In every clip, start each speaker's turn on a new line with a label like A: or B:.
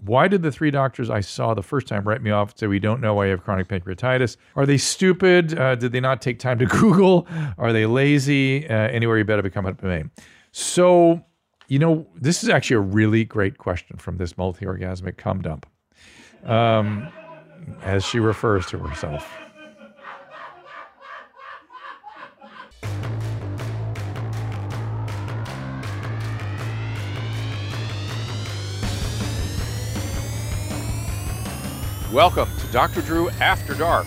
A: Why did the three doctors I saw the first time write me off and say, We don't know why you have chronic pancreatitis? Are they stupid? Uh, did they not take time to Google? Are they lazy? Uh, anywhere you better become a domain. So, you know, this is actually a really great question from this multi orgasmic cum dump, um, as she refers to herself.
B: Welcome to Dr. Drew After Dark.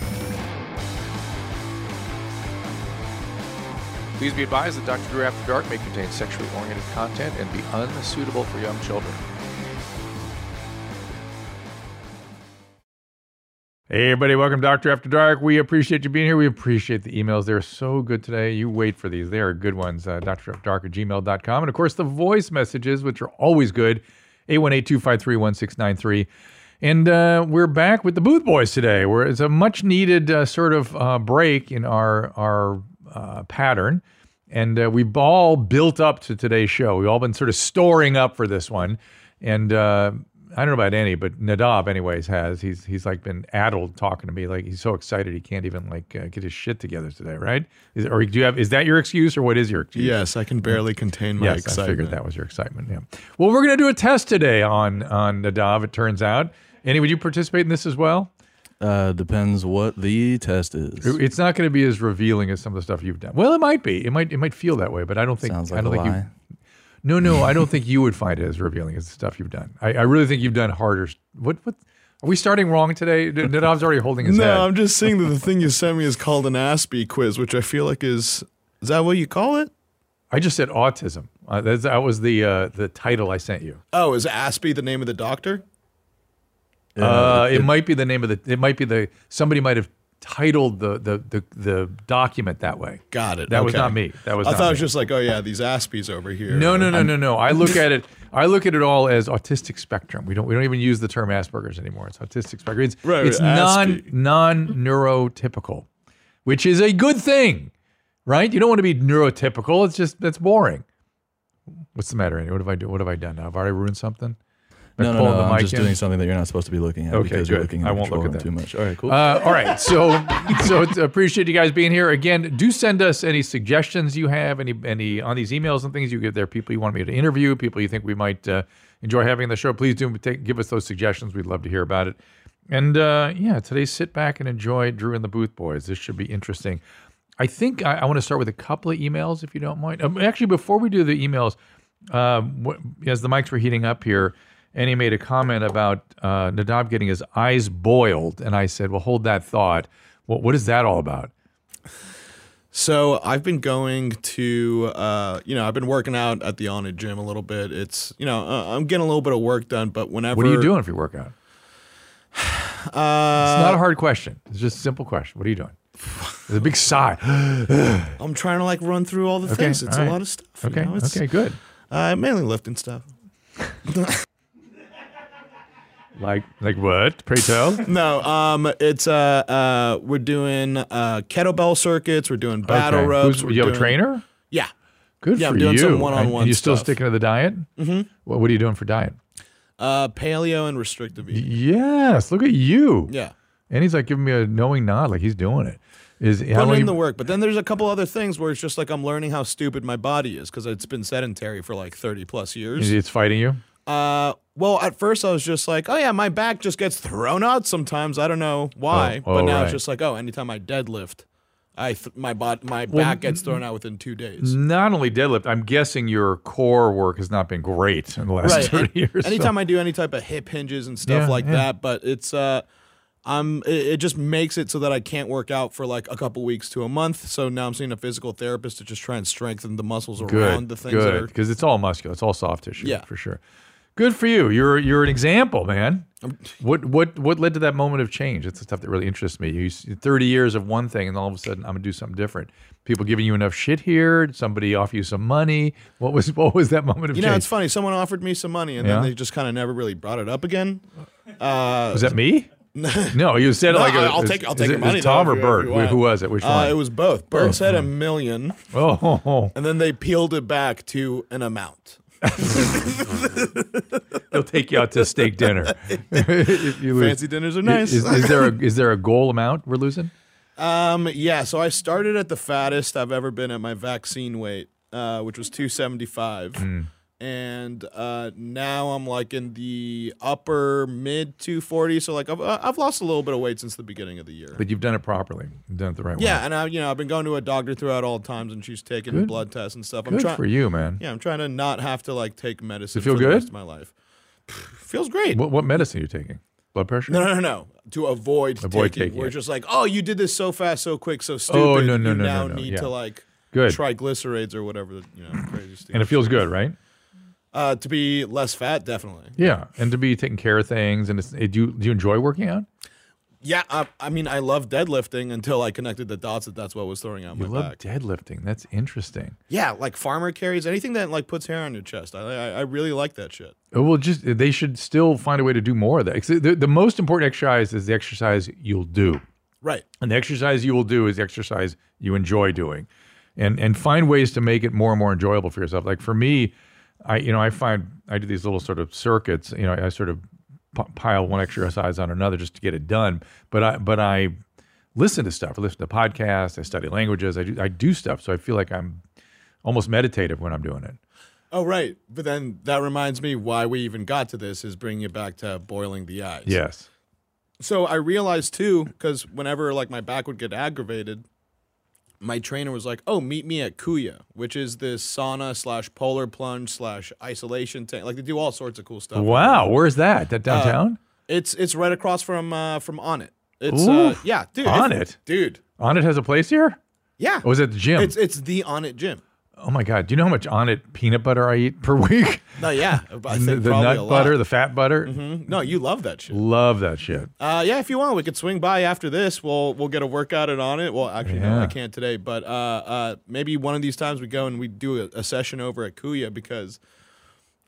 B: Please be advised that Dr. Drew After Dark may contain sexually oriented content and be unsuitable for young children.
A: Hey, everybody, welcome to Doctor After Dark. We appreciate you being here. We appreciate the emails. They're so good today. You wait for these, they are good ones. Uh, Dr. After Dark at gmail.com. And of course, the voice messages, which are always good 818 253 1693. And uh, we're back with the Booth Boys today, where it's a much needed uh, sort of uh, break in our, our uh, pattern. And uh, we've all built up to today's show. We've all been sort of storing up for this one. And uh, I don't know about Annie, but Nadav, anyways, has. He's he's like been addled talking to me. Like he's so excited he can't even like uh, get his shit together today, right? Is, or do you have? Is that your excuse, or what is your excuse?
C: Yes, I can barely contain my
A: yes,
C: excitement.
A: I figured that was your excitement. Yeah. Well, we're gonna do a test today on on Nadav. It turns out. Annie, would you participate in this as well?
D: Uh, depends what the test is.
A: It's not going to be as revealing as some of the stuff you've done. Well, it might be. It might. It might feel that way, but I don't think.
D: Sounds
A: I
D: like a
A: don't think
D: lie.
A: You, no, no, I don't think you would find it as revealing as the stuff you've done. I, I really think you've done harder. s- What? What? Are we starting wrong today? N- Nadav's already holding his
C: no,
A: head.
C: I'm just saying that the thing you sent me is called an Aspie quiz, which I feel like is is that what you call it?
A: I just said autism. Uh, that's, that was the uh, the title I sent you.
C: Oh, is Aspie the name of the doctor?
A: Uh, it, might be the name of the. It might be the somebody might have titled the the the, the document that way.
C: Got it.
A: That was
C: okay.
A: not me. That was.
C: I
A: not
C: thought it
A: me.
C: was just like, oh yeah, these Aspies over here.
A: No, no, no, no, no. I look at it. I look at it all as autistic spectrum. We don't. We don't even use the term Asperger's anymore. It's autistic spectrum. It's,
C: Right,
A: it's
C: right,
A: non
C: Aspie.
A: non neurotypical, which is a good thing, right? You don't want to be neurotypical. It's just that's boring. What's the matter? Andy? What have I do? What have I done? Now? Have I already ruined something?
D: No, no,
A: Pulling
D: no.
A: the
D: I'm
A: mic
D: just
A: in?
D: doing something that you're not supposed to be looking at
A: Okay,
D: because
A: good.
D: you're looking
A: I
D: at the
A: won't
D: control
A: look at
D: room
A: that.
D: too much. All right, cool.
A: Uh, all right. So, so it's- appreciate you guys being here again. Do send us any suggestions you have, any any on these emails and things you get there. People you want me to interview, people you think we might uh, enjoy having on the show. Please do take, give us those suggestions. We'd love to hear about it. And uh, yeah, today sit back and enjoy Drew and the Booth Boys. This should be interesting. I think I, I want to start with a couple of emails, if you don't mind. Um, actually, before we do the emails, um, wh- as the mics were heating up here, and he made a comment about uh, Nadab getting his eyes boiled, and I said, "Well, hold that thought. What, what is that all about?"
C: So I've been going to, uh, you know, I've been working out at the Onnit gym a little bit. It's, you know, uh, I'm getting a little bit of work done, but whenever
A: What are you doing if you work out?
C: Uh,
A: It's not a hard question. It's just a simple question. What are you doing? It's a big sigh.
C: I'm trying to like run through all the
A: Okay,
C: things. It's
A: all
C: a
A: right.
C: lot of stuff. you
A: Okay.
C: know? It's,
A: Okay. Good.
C: Uh, mainly lifting stuff.
A: Like like what? Pray tell.
C: No, um, it's uh, uh, we're doing uh, kettlebell circuits. We're doing battle
A: Okay.
C: ropes.
A: Who's-
C: we're
A: You have a
C: doing-
A: trainer?
C: Yeah.
A: Good
C: Yeah,
A: for
C: I'm doing
A: you.
C: some one-on-one
A: And You still
C: stuff.
A: sticking to the diet? Mm-hmm. What, what are you doing for diet?
C: Uh, paleo and restrictive eating.
A: Yes. Look at you.
C: Yeah.
A: And he's like giving me a knowing nod, like he's doing it. Is how
C: Putting
A: long
C: in
A: you-
C: the work, but then there's a couple other things where it's just like I'm learning how stupid my body is because it's been sedentary for like 30 plus years.
A: it's fighting you?
C: Uh, well, at first I was just like, oh yeah, my back just gets thrown out sometimes. I don't know why,
A: Oh, oh,
C: but now
A: right.
C: it's just like, oh, anytime I deadlift, I th- my bod- my back gets thrown out within two days.
A: Not only deadlift, I'm guessing your core work has not been great in the last
C: Right.
A: 30 years. so-
C: Anytime I do any type of hip hinges and stuff
A: Yeah,
C: like
A: yeah.
C: that, but it's uh, I'm it, it just makes it so that I can't work out for like a couple weeks to a month. So now I'm seeing a physical therapist to just try and strengthen the muscles around
A: good,
C: the things that
A: good,
C: are.
A: because it's all muscular, it's all soft tissue,
C: Yeah.
A: for sure. Good for you. You're you're an example, man. What what what led to that moment of change? It's the stuff that really interests me. You s- 30 years of one thing, and all of a sudden I'm gonna do something different. People giving you enough shit here. Did Somebody offer you some money. What was what was that moment of
C: You know, it's
A: change?
C: funny. Someone offered me some money, and
A: Yeah.
C: then they just kind of never really brought it up again.
A: was that me? no, you said it
C: No,
A: like a-
C: I- I'll
A: is-
C: take- I'll
A: is
C: take
A: it-
C: your
A: is
C: money,
A: Tom or
C: though, if you- if
A: Bert?
C: you
A: Who,
C: want.
A: who was it? Which
C: Uh,
A: one?
C: it was both. Bert said a million,
A: oh,
C: and then they peeled it back to an amount.
A: They'll take you out to a steak dinner. if you lose.
C: Fancy dinners are
A: I-
C: nice.
A: Is, is there a is there a goal amount we're losing?
C: Um, yeah, so I started at the fattest I've ever been at my vaccine weight, uh, which was 275.
A: Hmm.
C: And uh, now I'm like in the upper mid 240. So like I've, uh, I've lost a little bit of weight since the beginning of the year.
A: But you've done it properly. You've done it the right way.
C: Yeah, and I, you know, I've been going to a doctor throughout all times, and she's taking blood tests and stuff. I'm
A: Good
C: trying
A: for you, man.
C: Yeah, I'm trying to not have to like take medicine.
A: feel
C: for The
A: good?
C: rest of my life feels great.
A: What what medicine are you taking? Blood pressure?
C: No, no, no, no. To avoid,
A: Avoid
C: taking,
A: taking
C: we're
A: it. Oh,
C: just like, oh, you did this so fast, so quick, so stupid.
A: no, no,
C: you
A: no, no,
C: now
A: no,
C: need
A: yeah.
C: to like
A: Good.
C: triglycerides or whatever, the, you know, crazy stuff.
A: And it feels good, right?
C: uh, to be less fat, definitely.
A: Yeah. And to be taking care of things. And it's, eh, do you, do you enjoy working out?
C: Yeah, I, I mean, I love deadlifting until I connected the dots that that's what was throwing out
A: You
C: my
A: love
C: back.
A: deadlifting. That's interesting.
C: yeah, like farmer carries anything that like puts hair on your chest. I, I, I really like that shit.
A: Oh, Well, just they should still find a way to do more of that. 'Cause The, the most important exercise is the exercise you'll do,
C: Right.
A: and the exercise you will do is the exercise you enjoy doing, and and find ways to make it more and more enjoyable for yourself. Like for me, I you know I find I do these little sort of circuits. You know, I sort of p- pile one exercise on another just to get it done. But I but I listen to stuff. I listen to podcasts. I study languages. I do I do stuff. So I feel like I'm almost meditative when I'm doing it.
C: Oh, right. But then that reminds me why we even got to this is bringing it back to boiling the eyes.
A: Yes.
C: so I realized too, because whenever like my back would get aggravated, my trainer was like, "Oh, meet me at Kuya, which is this sauna slash polar plunge slash isolation tank. Like they do all sorts of cool stuff.
A: Wow. Where's that? That downtown?
C: It's it's right across from uh, from On It. It's uh,
A: Ooh,
C: yeah, dude.
A: On
C: it's-
A: It?
C: dude.
A: On it has a place here?
C: Yeah,
A: Or was it the gym?
C: it's it's the On It gym.
A: oh my God. Do you know how much on it peanut butter I eat per week?
C: No, yeah, I think
A: the the
C: probably a
A: nut
C: lot. Mm-hmm.
A: butter, the fat butter.
C: No, you love that shit.
A: Love that shit.
C: Uh, yeah, if you want, we could swing by after this. We'll we'll get a workout in on it. Well, actually, no,
A: Yeah.
C: I can't today, but uh, uh, maybe one of these times we go and we do a, a session over at Kuya because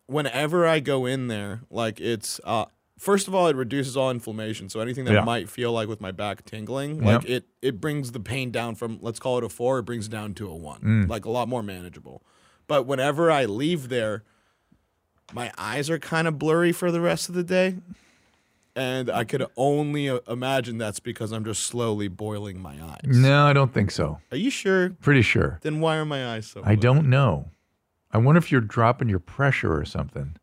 C: whenever I go in there, like it's uh, first of all, it reduces all inflammation. So anything that
A: Yeah.
C: might feel like with my back tingling,
A: Yeah.
C: like it it brings the pain down from let's call it a four, it brings it down to a one,
A: Mm.
C: like a lot more manageable. But whenever I leave there, my eyes are kind of blurry for the rest of the day. And I could only uh, imagine that's because I'm just slowly boiling my eyes.
A: No, I don't think so.
C: Are you sure?
A: Pretty sure.
C: Then why are my eyes so?
A: I don't know. I wonder if you're dropping your pressure or something.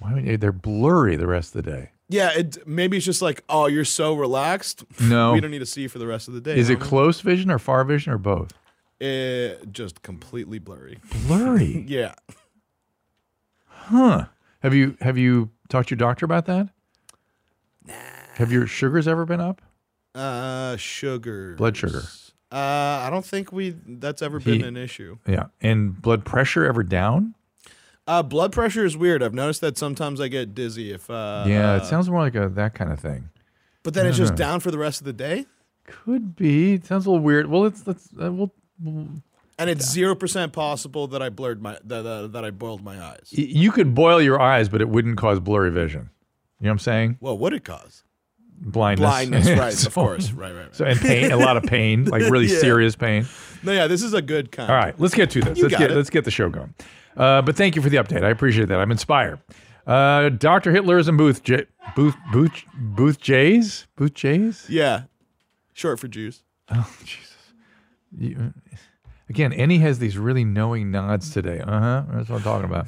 A: Why don't you? They're blurry the rest of the day.
C: Yeah, it, maybe it's just like, oh, you're so relaxed.
A: No.
C: we don't need to see you for the rest of the day.
A: Oh. Is it
C: homie.
A: close vision or far vision or both?
C: Eh, just completely blurry.
A: Blurry.
C: Yeah.
A: huh. Have you have you talked to your doctor about that? Have your sugars ever been up?
C: Uh, sugar.
A: Blood sugar.
C: Uh, I don't think we that's ever
A: He-
C: been an issue.
A: Yeah. And blood pressure ever down?
C: Uh, blood pressure is weird. I've noticed that sometimes I get dizzy if. Uh,
A: yeah, it
C: uh,
A: sounds more like a that kind of thing.
C: But then it's just
A: Mhm.
C: down for the rest of the day,
A: Could be. It sounds a little weird. Well, let's let's uh, we'll. y-
C: and it's zero percent possible that I blurred my that, that, that I boiled my eyes.
A: You could boil your eyes, but it wouldn't cause blurry vision. You know what I'm saying?
C: Well, what it cause?
A: Blindness.
C: Blindness, right?
A: So-
C: of course, right, right. right.
A: So and pain, a lot of pain, like really
C: Yeah.
A: serious pain.
C: no, yeah, this is a good kind.
A: All right, let's get to this.
C: You
A: let's
C: got
A: get
C: it.
A: let's get the show going. Uh, but thank you for the update. I appreciate that. I'm inspired. Uh, Doctor Hitler's and Booth J- Booth Booth Booth Jays Booth Jays.
C: Yeah, short for Jews.
A: You- uh, again, Annie has these really knowing nods today. Uh huh. That's what I'm talking about.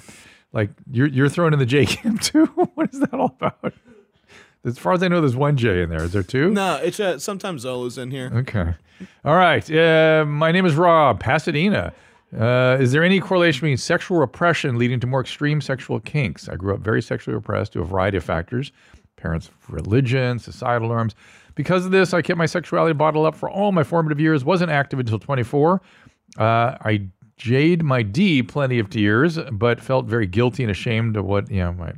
A: Like you're you're throwing in the J cam too. what is that all about? As far as I know, there's one J in there. Is there two?
C: No, it's uh, sometimes Zolo's in here.
A: Okay. All right. Uh, my name is Rob Pasadena. Uh, is there any correlation between sexual repression leading to more extreme sexual kinks? I grew up very sexually repressed to a variety of factors parents' religion, societal norms. Because of this, I kept my sexuality bottled up for all my formative years, wasn't active until 24. Uh, I jade my D plenty of tears, but felt very guilty and ashamed of what, you know, my.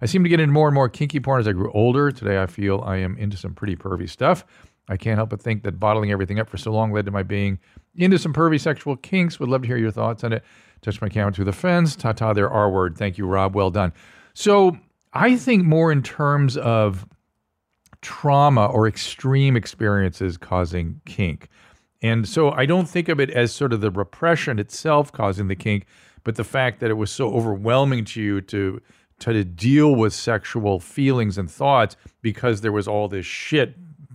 A: I seem to get into more and more kinky porn as I grew older. Today, I feel I am into some pretty pervy stuff. I can't help but think that bottling everything up for so long led to my being into some pervy sexual kinks. Would love to hear your thoughts on it. Touch my camera through the fence. Ta ta, there R word. Thank you, Rob. Well done. So I think more in terms of trauma or extreme experiences causing kink. And so I don't think of it as sort of the repression itself causing the kink but the fact that it was so overwhelming to you to to, to deal with sexual feelings and thoughts because there was all this shit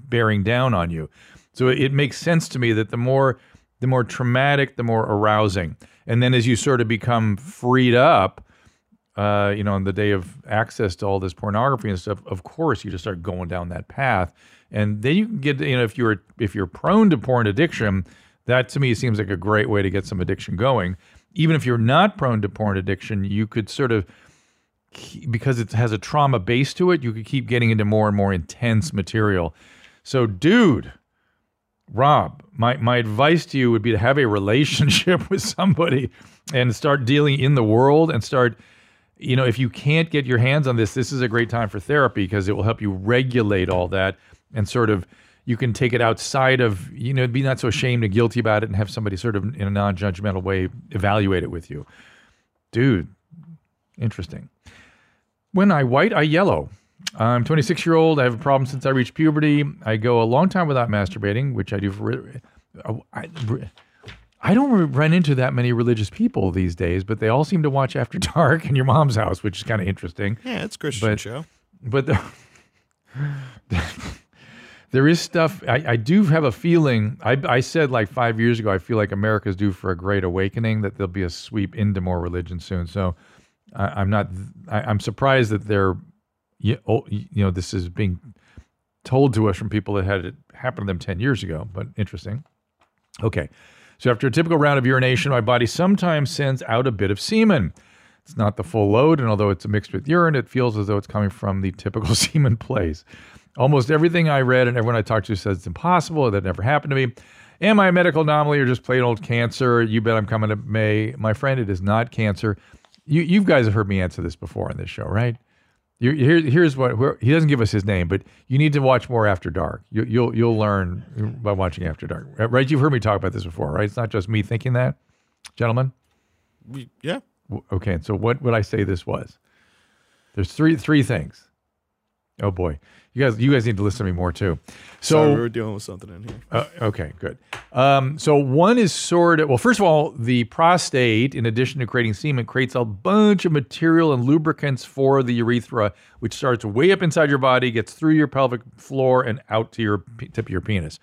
A: bearing down on you. So it, it makes sense to me that the more the more traumatic, the more arousing. And then as you sort of become freed up, uh, you know, on the day of access to all this pornography and stuff, of course you just start going down that path. And then you can get, you know, if you're if you're prone to porn addiction, that to me seems like a great way to get some addiction going. Even if you're not prone to porn addiction, you could sort of ke- because it has a trauma base to it, you could keep getting into more and more intense material. So, dude, Rob, my, my advice to you would be to have a relationship with somebody and start dealing in the world and start, you know, if you can't get your hands on this, this is a great time for therapy because it will help you regulate all that and sort of you can take it outside of, you know, be not so ashamed and guilty about it and have somebody sort of in a non judgmental way evaluate it with you. Dude, interesting. When I white, I yellow. I'm 26 year old. I have a problem since I reached puberty. I go a long time without masturbating, which I do for. uh, I, I don't run into that many religious people these days, but they all seem to watch After Dark and Your Mom's House, which is kind of interesting.
C: Yeah, it's a Christian
A: But-
C: show.
A: But there, there is stuff. I, I do have a feeling. I, I said like five years ago, I feel like America's due for a great awakening. That there'll be a sweep into more religion soon. So I, I'm not. I, I'm surprised that they're. You, oh, you know, this is being told to us from people that had it happen to them ten years ago. But interesting. Okay. So after a typical round of urination, my body sometimes sends out a bit of semen. It's not the full load, and although it's mixed with urine, it feels as though it's coming from the typical semen place. Almost everything I read and everyone I talked to says it's impossible, or that never happened to me. Am I a medical anomaly or just plain old cancer? You bet I'm coming to May. My friend, it is not cancer. You, you guys have heard me answer this before on this show, right? You, here, here's what where, he doesn't give us his name, but you need to watch more After Dark. You, you'll you'll learn by watching After Dark, right? You've heard me talk about this before, right? It's not just me thinking that, gentlemen.
C: We- yeah.
A: W- Okay, so what would I say this was? There's three three things. Oh boy, you guys you guys need to listen to me more too.
C: Sorry,
A: So
C: we were dealing with something in here.
A: uh, okay, good. Um, so one is sort of well. First of all, the prostate, in addition to creating semen, creates a bunch of material and lubricants for the urethra, which starts way up inside your body, gets through your pelvic floor, and out to your p- tip of your penis.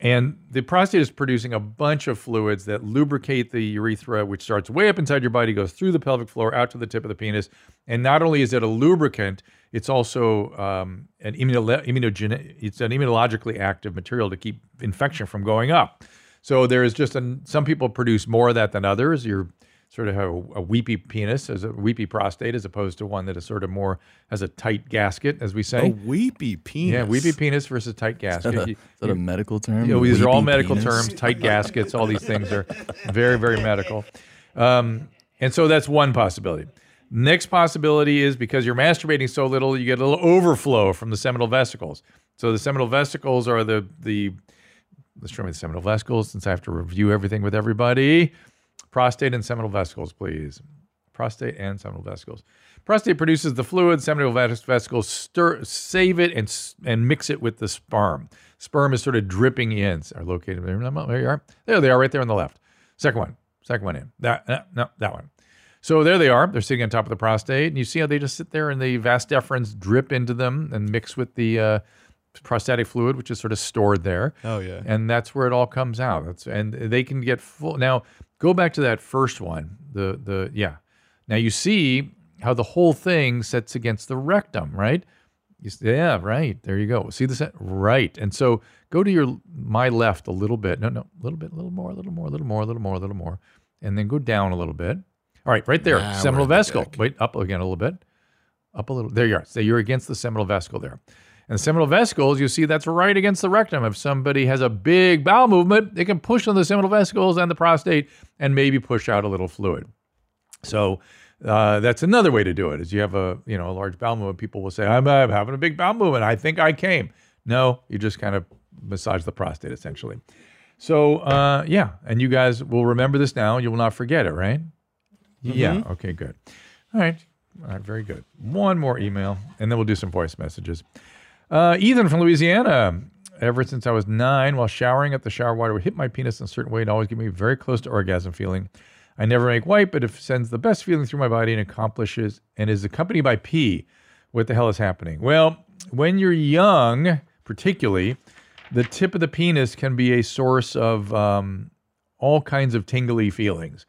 A: And the prostate is producing a bunch of fluids that lubricate the urethra, which starts way up inside your body, goes through the pelvic floor, out to the tip of the penis. And not only is it a lubricant, it's also um, an immuno- immunogen- it's an immunologically active material to keep infection from going up. So there is just an, some people produce more of that than others. You're sort of have a, a weepy penis as a weepy prostate, as opposed to one that is sort of more has a tight gasket, as we
C: A
A: say.
C: weepy penis.
A: yeah, weepy penis versus tight gasket.
D: Is that a,
A: You-
D: is that a medical term?
A: you know, these are all
D: Weeping
A: medical
D: penis?
A: terms. Tight gaskets, all these things are very, very medical. Um, and so that's one possibility. Next possibility is because you're masturbating so little, you get a little overflow from the seminal vesicles. So the seminal vesicles are the the let's show me the seminal vesicles since I have to review everything with everybody. Prostate and seminal vesicles, please. Prostate and seminal vesicles. Prostate produces the fluid. Seminal ves- vesicles stir, save it, and s- and mix it with the sperm. Sperm is sort of dripping in. Are located there. There you are. There they are, right there on the left. Second one. Second one in. That no, no that one. So there they are. They're sitting on top of the prostate, and you see how they just sit there, and the vas deferens drip into them and mix with the uh, prostatic fluid, which is sort of stored there
C: Oh yeah.
A: and that's where it all comes out. That's and they can get full. Now go back to that first one. The the yeah. Now you see how the whole thing sets against the rectum, right? You s- yeah, right. There you go. See the set right. And so go to your my left a little bit. No, no, a little bit, a little more, a little more, a little more, a little more, a little more, and then go down a little bit. All right, right there,
C: Now we're
A: seminal
C: at the
A: vesicle.
C: dick.
A: Wait, up again a little bit up a little. There you are. So you're against the seminal vesicle there. And the seminal vesicles, you see, that's right against the rectum. If somebody has a big bowel movement, they can push on the seminal vesicles and the prostate and maybe push out a little fluid. So uh, that's another way to do it. Is you have a you know a large bowel movement, people will say, "I'm, uh having a big bowel movement. I think I came." No, you just kind of massage the prostate essentially. So uh, yeah, and you guys will remember this now. You will not forget it, right? Yeah. Okay. Good. All right. All right. Very good. One more email, and then we'll do some voice messages. Uh, Ethan from Louisiana. Ever since I was nine, while showering at the shower water would hit my penis in a certain way and always give me very close to orgasm feeling. I never make white, but it sends the best feeling through my body and accomplishes and is accompanied by pee. What the hell is happening? Well, when you're young, particularly, the tip of the penis can be a source of um, all kinds of tingly feelings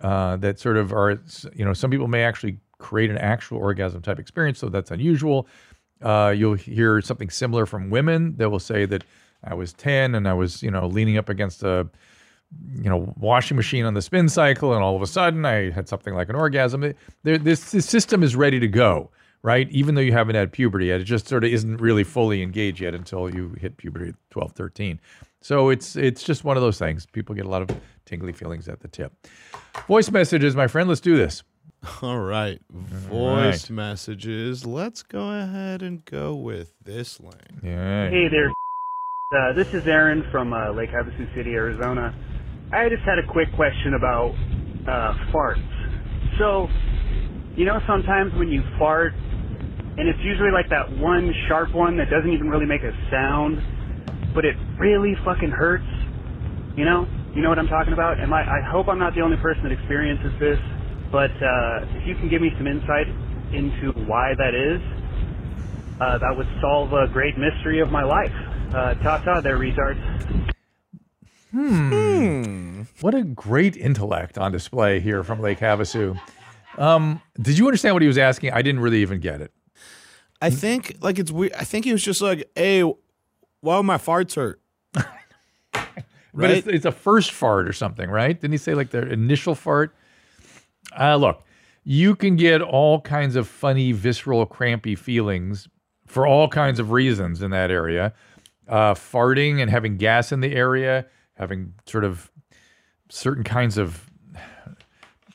A: uh, that sort of are, you know, some people may actually create an actual orgasm type experience, so that's unusual. Uh, you'll hear something similar from women that will say that I was 10 and I was, you know, leaning up against a, you know, washing machine on the spin cycle, and all of a sudden I had something like an orgasm. It- there- this, this system is ready to go, right? Even though you haven't had puberty yet, it just sort of isn't really fully engaged yet until you hit puberty at 12, 13. So it's it's just one of those things. People get a lot of tingly feelings at the tip. Voice messages, my friend. Let's do this.
C: All right. Voice messages. Let's go ahead and go with this lane.
A: Yeah.
E: Hey there. Uh, this is Aaron from uh, Lake Havasu City, Arizona. I just had a quick question about uh, farts. So, you know, sometimes when you fart, and it's usually like that one sharp one that doesn't even really make a sound, but it really fucking hurts. You know, you know what I'm talking about. And I, I hope I'm not the only person that experiences this, but uh, if you can give me some insight into why that is, uh, that would solve a great mystery of my life. Uh, ta ta there, retards.
A: What a great intellect on display here from Lake Havasu. Um, did you understand what he was asking? I didn't really even get it.
C: I think like it's weird. I think he was just like, "Hey, why would my farts hurt?"
A: But it's, it's a first fart or something, right? Didn't he say like their initial fart? Uh, look, you can get all kinds of funny, visceral, crampy feelings for all kinds of reasons in that area. Uh, farting and having gas in the area, having sort of certain kinds of,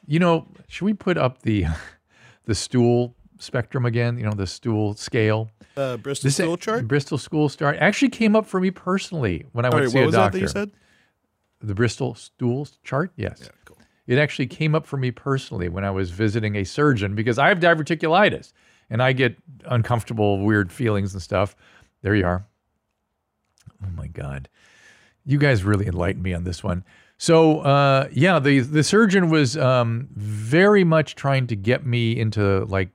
A: you know, should we put up the the stool spectrum again? You know, the stool scale.
C: Uh, Bristol stool chart.
A: Bristol school chart actually came up for me personally when I went to
C: Sorry,
A: see
C: what
A: a
C: was
A: doctor
C: that that you said?
A: the Bristol stool chart? Yes.
C: cool.
A: It actually came up for me personally when I was visiting a surgeon because I have diverticulitis and I get uncomfortable, weird feelings and stuff. There you are. Oh my God. You guys really enlightened me on this one. So uh, yeah, the the surgeon was um, very much trying to get me into like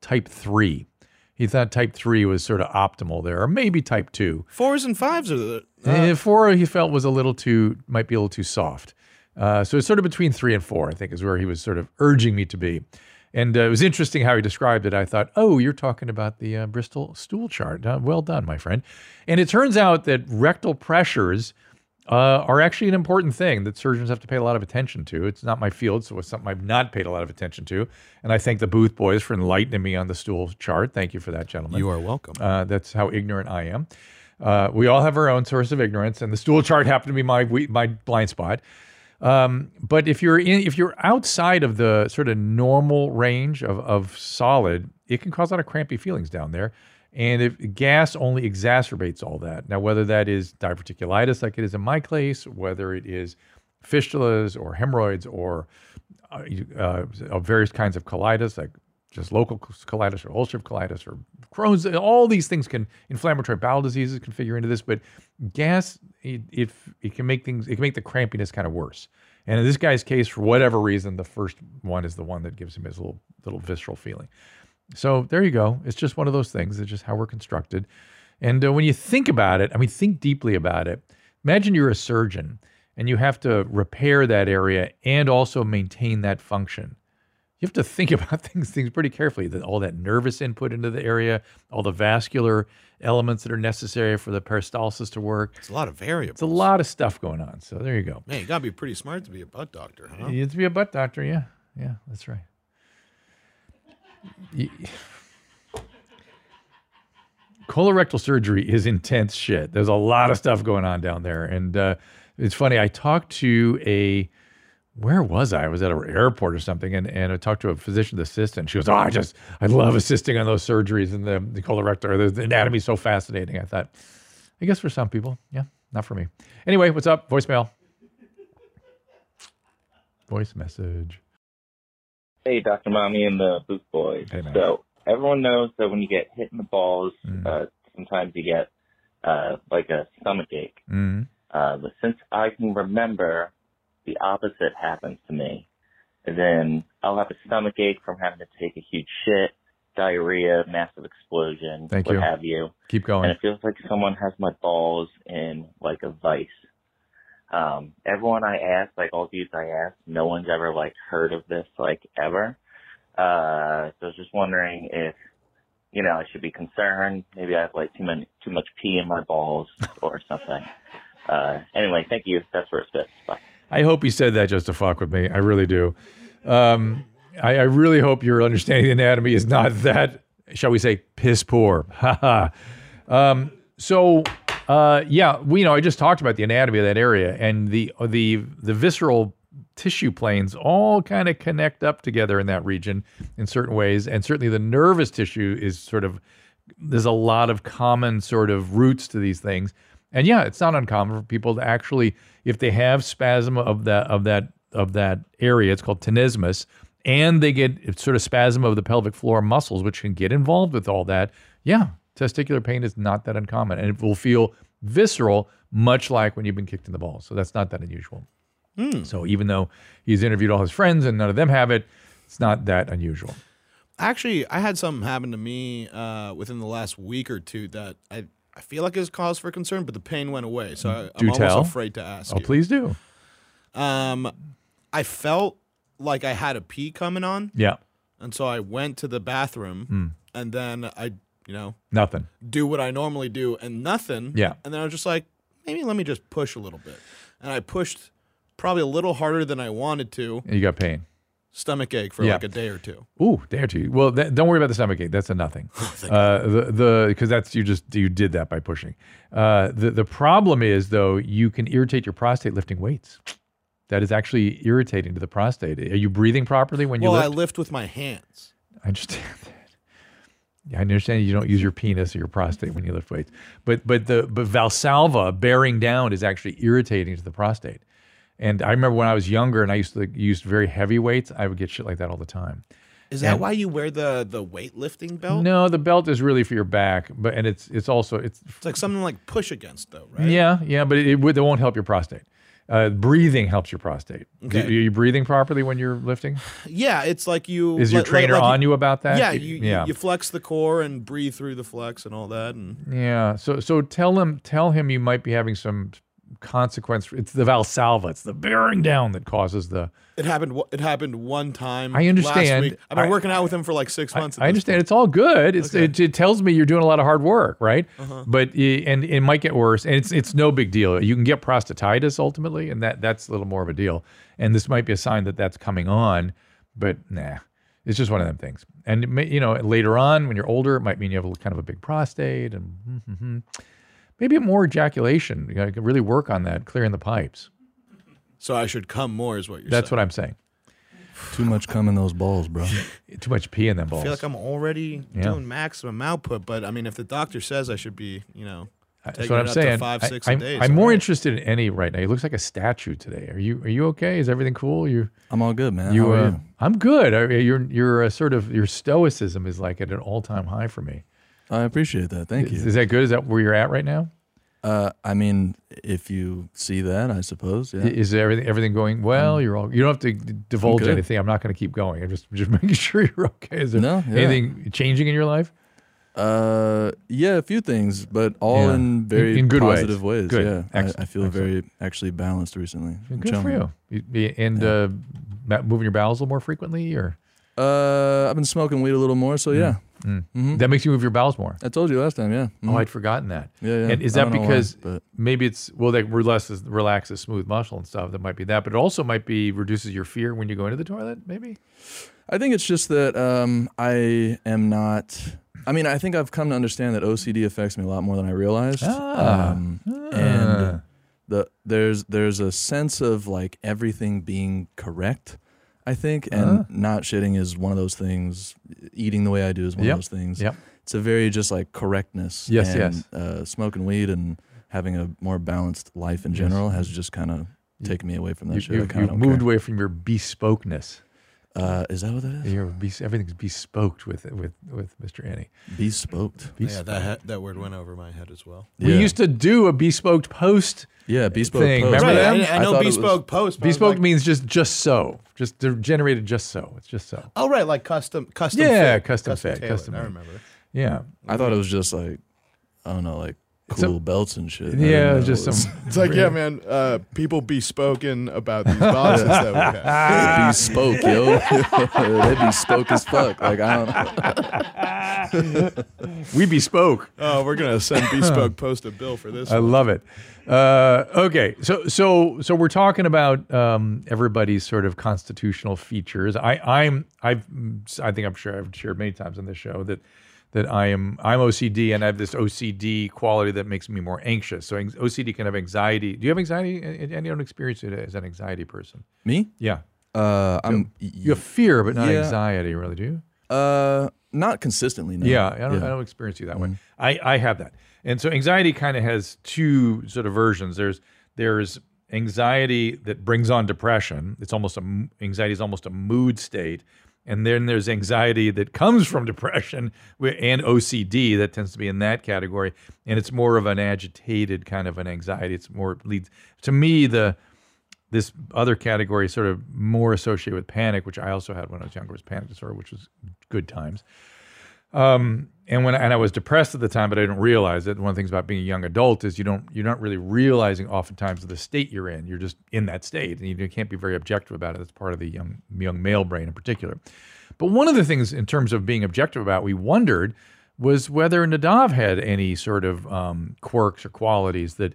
A: type three. He thought type three was sort of optimal there, or maybe type two.
C: Fours and fives are the. Uh,
A: Uh, four he felt was a little too might be a little too soft. Uh, so it's sort of between three and four, I think, is where he was sort of urging me to be. And uh, it was interesting how he described it. I thought, oh, you're talking about the uh, Bristol stool chart. Uh, well done, my friend. And it turns out that rectal pressures uh, are actually an important thing that surgeons have to pay a lot of attention to. It's not my field, so it's something I've not paid a lot of attention to. And I thank the Booth boys for enlightening me on the stool chart. Thank you for that, gentlemen.
C: you are welcome.
A: Uh, that's how ignorant I am. Uh, we all have our own source of ignorance, and the stool chart happened to be my we, my blind spot. Um, but if you're in, if you're outside of the sort of normal range of of solid, it can cause a lot of crampy feelings down there. And if gas only exacerbates all that. Now, whether that is diverticulitis, like it is in my case, whether it is fistulas or hemorrhoids or uh, you- uh, of various kinds of colitis, like just local colitis or ulcerative colitis or Crohn's. All these things can inflammatory bowel diseases can figure into this, but gas it, if it can make things it can make the crampiness kind of worse. And in this guy's case, for whatever reason, the first one is the one that gives him his little little visceral feeling. So there you go. It's just one of those things. It's just how we're constructed. And uh, when you think about it, I mean, think deeply about it. Imagine you're a surgeon and you have to repair that area and also maintain that function. You have to think about things things pretty carefully. That all that nervous input into the area, all the vascular elements that are necessary for the peristalsis to work.
C: It's a lot of variables.
A: It's a lot of stuff going on. So there you go.
C: Man, you gotta be pretty smart to be a butt doctor, huh?
A: You have to be a butt doctor, yeah. Yeah, that's right. Ye- Colorectal surgery is intense shit. There's a lot of stuff going on down there. And uh, it's funny, I talked to a, where was I? I was at an airport or something, and, and I talked to a physician's assistant. She goes, Oh, I just, I love assisting on those surgeries and the, the colorectal, the, the anatomy so fascinating. I thought, I guess for some people, yeah, not for me. Anyway, what's up? Voicemail, voice message.
F: Hey, Dr. Mommy and the Booth Boys.
A: Hey, man. Mm.
F: so, everyone knows that when you get hit in the balls, uh, sometimes you get uh, like a stomach ache.
A: Mm.
F: Uh, but since I can remember, the opposite happens to me. and then I'll have a stomach ache from having to take a huge shit, diarrhea, massive explosion,
A: Thank
F: what
A: you.
F: have you.
A: Keep going.
F: And it feels like someone has my balls in like a vice. Um, everyone I ask, like all dudes I ask, no one's ever like heard of this like ever. Uh, so I was just wondering if, you know, I should be concerned. Maybe I have like too many, too much pee in my balls or something. Uh, anyway, thank you. That's where it sits. Bye.
A: I hope he said that just to fuck with me. I really do. Um, I, I really hope your understanding of the anatomy is not that, shall we say, piss poor. Ha ha. um, so, uh, yeah, we you know I just talked about the anatomy of that area and the the the visceral tissue planes all kind of connect up together in that region in certain ways, and certainly the nervous tissue is sort of there's a lot of common sort of roots to these things. And yeah, it's not uncommon for people to actually, if they have spasm of that of that of that area, it's called tenesmus, and they get it's sort of spasm of the pelvic floor muscles, which can get involved with all that. Yeah, testicular pain is not that uncommon, and it will feel visceral, much like when you've been kicked in the balls. So that's not that unusual. So even though he's interviewed all his friends and none of them have it, it's not that unusual.
C: Actually, I had something happen to me uh, within the last week or two that I, I feel like is cause for concern, but the pain went away. So I, I'm
A: Do
C: almost
A: tell.
C: afraid to ask.
A: Oh,
C: you.
A: please do.
C: Um, I felt like I had a pee coming on,
A: Yeah,
C: and so I went to the
A: Hmm.
C: bathroom, and then I, you know,
A: nothing.
C: do what I normally do and nothing.
A: Yeah.
C: And then I was just like, maybe let me just push a little bit, and I pushed probably a little harder than I wanted to.
A: You got pain.
C: Stomach ache for
A: Yeah.
C: like a day or two.
A: Ooh, day or two. Well, that, don't worry about the stomach ache. That's a nothing.
C: Oh,
A: uh, the the because that's you just you did that by pushing. Uh, the the problem is though you can irritate your prostate lifting weights. That is actually irritating to the prostate. Are you breathing properly when you
C: Well, I
A: lift?
C: lift with my hands.
A: I understand that. Yeah, I understand you don't use your penis or your prostate when you lift weights, but but the but Valsalva bearing down is actually irritating to the prostate. And I remember when I was younger and I used to like, use very heavy weights, I would get shit like that all the time.
C: Is that why you wear the the weightlifting belt?
A: No, the belt is really for your back, but and it's it's also it's
C: It's like something like push against though, right?
A: yeah yeah, but it, it, would- it won't help your prostate. Uh, breathing helps your prostate. Do-
C: Okay.
A: are you breathing properly when you're lifting?
C: Yeah, it's like you
A: Is your
C: like- like-
A: trainer
C: like
A: on you about that?
C: Yeah, you, you-
A: yeah,
C: you flex the core and breathe through the flex and all that and
A: yeah. So so tell him tell him you might be having some consequence. It's the Valsalva. It's the bearing down that causes the.
C: it happened wo- it happened one time
A: I understand.
C: last week. I've been
A: I-
C: working out with him for like 6 months. at
A: I
C: this
A: understand it's all good. It's, it, it tells me you're doing a lot of hard work, right?
C: Uh-huh.
A: But i- and it might get worse, and it's it's no big deal. You can get prostatitis ultimately, and that that's a little more of a deal. And this might be a sign that that's coming on, but nah, it's just one of them things. And it may, you know, later on when you're older, it might mean you have a kind of a big prostate and mhm. maybe more ejaculation. You, know, you can really work on that, clearing the pipes.
C: So I should come more is what you're
A: That's
C: saying.
A: what I'm saying.
D: Too much cum in those balls, bro.
A: Too much pee in them balls.
C: I feel like I'm already
A: Yeah.
C: doing maximum output, but I mean if the doctor says I should be, you know,
A: That's
C: taking
A: what
C: it
A: I'm
C: up
A: saying.
C: to 5
A: I,
C: 6
A: am
C: a day.
A: I'm
C: so-
A: more interested in Eddie right now. He looks like a statue today. Are you Are you okay? Is everything cool? You
D: I'm all good, man.
A: you,
D: How are
A: uh,
D: you?
A: I'm good. I, your your uh, sort of your stoicism is like at an all time high for me.
D: I appreciate that. Thank
A: Is,
D: you.
A: is that good? Is that where you're at right now?
D: Uh, I mean, if you see that, I suppose.
A: I-
D: Yeah.
A: Is everything everything going well? You're all. You don't have to d- divulge
D: good.
A: anything. I'm not going to keep going. I'm just just making sure you're okay. Is there
D: No, yeah.
A: anything changing in your life?
D: Uh, yeah, a few things, but all
A: Yeah.
D: in very
A: In- in good ways.
D: positive ways.
A: Good.
D: Yeah. I- I,
A: Excellent.
D: feel very actually balanced recently. I'm
A: Good for
D: chilling.
A: you. You- you- And uh, ma- moving your bowels a little more frequently, or
D: Uh, I've been smoking weed a little more,
A: Hmm.
D: so yeah. Mm-hmm.
A: that makes you move your bowels more.
D: I told you last time, yeah.
A: Oh, I'd forgotten that.
D: Hmm. Yeah, yeah.
A: And is
D: I
A: that
D: don't know why,
A: because
D: but-
A: maybe it's well, that relaxes relaxes smooth muscle and stuff. That might be that, but it also might be reduces your fear when you go into the toilet. Maybe.
D: I think it's just that um, I am not. I mean, I think I've come to understand that OCD affects me a lot more than I realized.
A: Ah.
D: Um, And the there's there's a sense of like everything being correct. I think, and
A: Ah.
D: not shitting is one of those things. Eating the way I do is one
A: Yep.
D: of those things.
A: Yep.
D: It's a very just like correctness.
A: Yes,
D: and,
A: yes.
D: Uh, smoking weed and having a more balanced life in general has just kind of taken me away from that
A: You,
D: shit. I
A: have
D: kinda don't
A: moved
D: care.
A: away from your bespokeness.
D: Uh, is that what that is?
A: Here, be, everything's bespoked with with with Mr. Annie.
D: Bespoke.
C: Yeah, that ha- that word went over my head as well.
A: We
D: Yeah.
A: used to do a bespoke post.
D: Yeah, bespoke.
A: thing.
D: Post.
A: Remember
C: Right,
A: that?
C: I, I know
D: thought it was-
C: bespoke post. but I was
A: Bespoke
C: like,
A: means just just so, just de- generated just so. It's just so.
C: Oh right, like custom, custom.
A: Yeah,
C: fit,
A: custom fit,
C: tailored,
A: custom
C: I
A: made.
C: remember.
A: Yeah,
D: I thought it was just like I don't know, like
A: a-
D: cool belts and shit. I didn't know
A: yeah,
D: it
A: just
D: was
A: some.
G: It's like, yeah, man, uh, people be spoken about these boxes that we have.
D: Ah. bespoke, yo. they bespoke as fuck. Like I don't.
A: We bespoke.
G: Oh, we're gonna send bespoke post a bill for this.
A: I love it. Uh, okay, so so so we're talking about um, everybody's sort of constitutional features. I I'm I've I think I'm sure I've shared many times on this show that that I am I'm OCD and I have this OCD quality that makes me more anxious. So anx- OCD can have anxiety. Do you have anxiety? A- a- Anyone experience it as an anxiety person?
D: Me?
A: Yeah,
D: Uh, I'm.
A: you have fear, but not
D: Yeah.
A: anxiety, really. Do you?
D: Uh, not consistently. No.
A: Yeah, Mm-hmm. I don't, I don't experience you that way. I, I have that, and so anxiety kind of has two sort of versions. There's there's anxiety that brings on depression. It's almost a m- anxiety is almost a mood state, and then there's anxiety that comes from depression wi- and OCD that tends to be in that category, and it's more of an agitated kind of an anxiety. It's more leads to me the this other category sort of more associated with panic, which I also had when I was younger, was panic disorder, which was good times. Um, and when and I was depressed at the time, but I didn't realize it. One of the things about being a young adult is you don't you're not really realizing oftentimes the state you're in. You're just in that state, and you, you can't be very objective about it. That's part of the young young male brain in particular. But one of the things in terms of being objective about, we wondered was whether Nadav had any sort of um, quirks or qualities that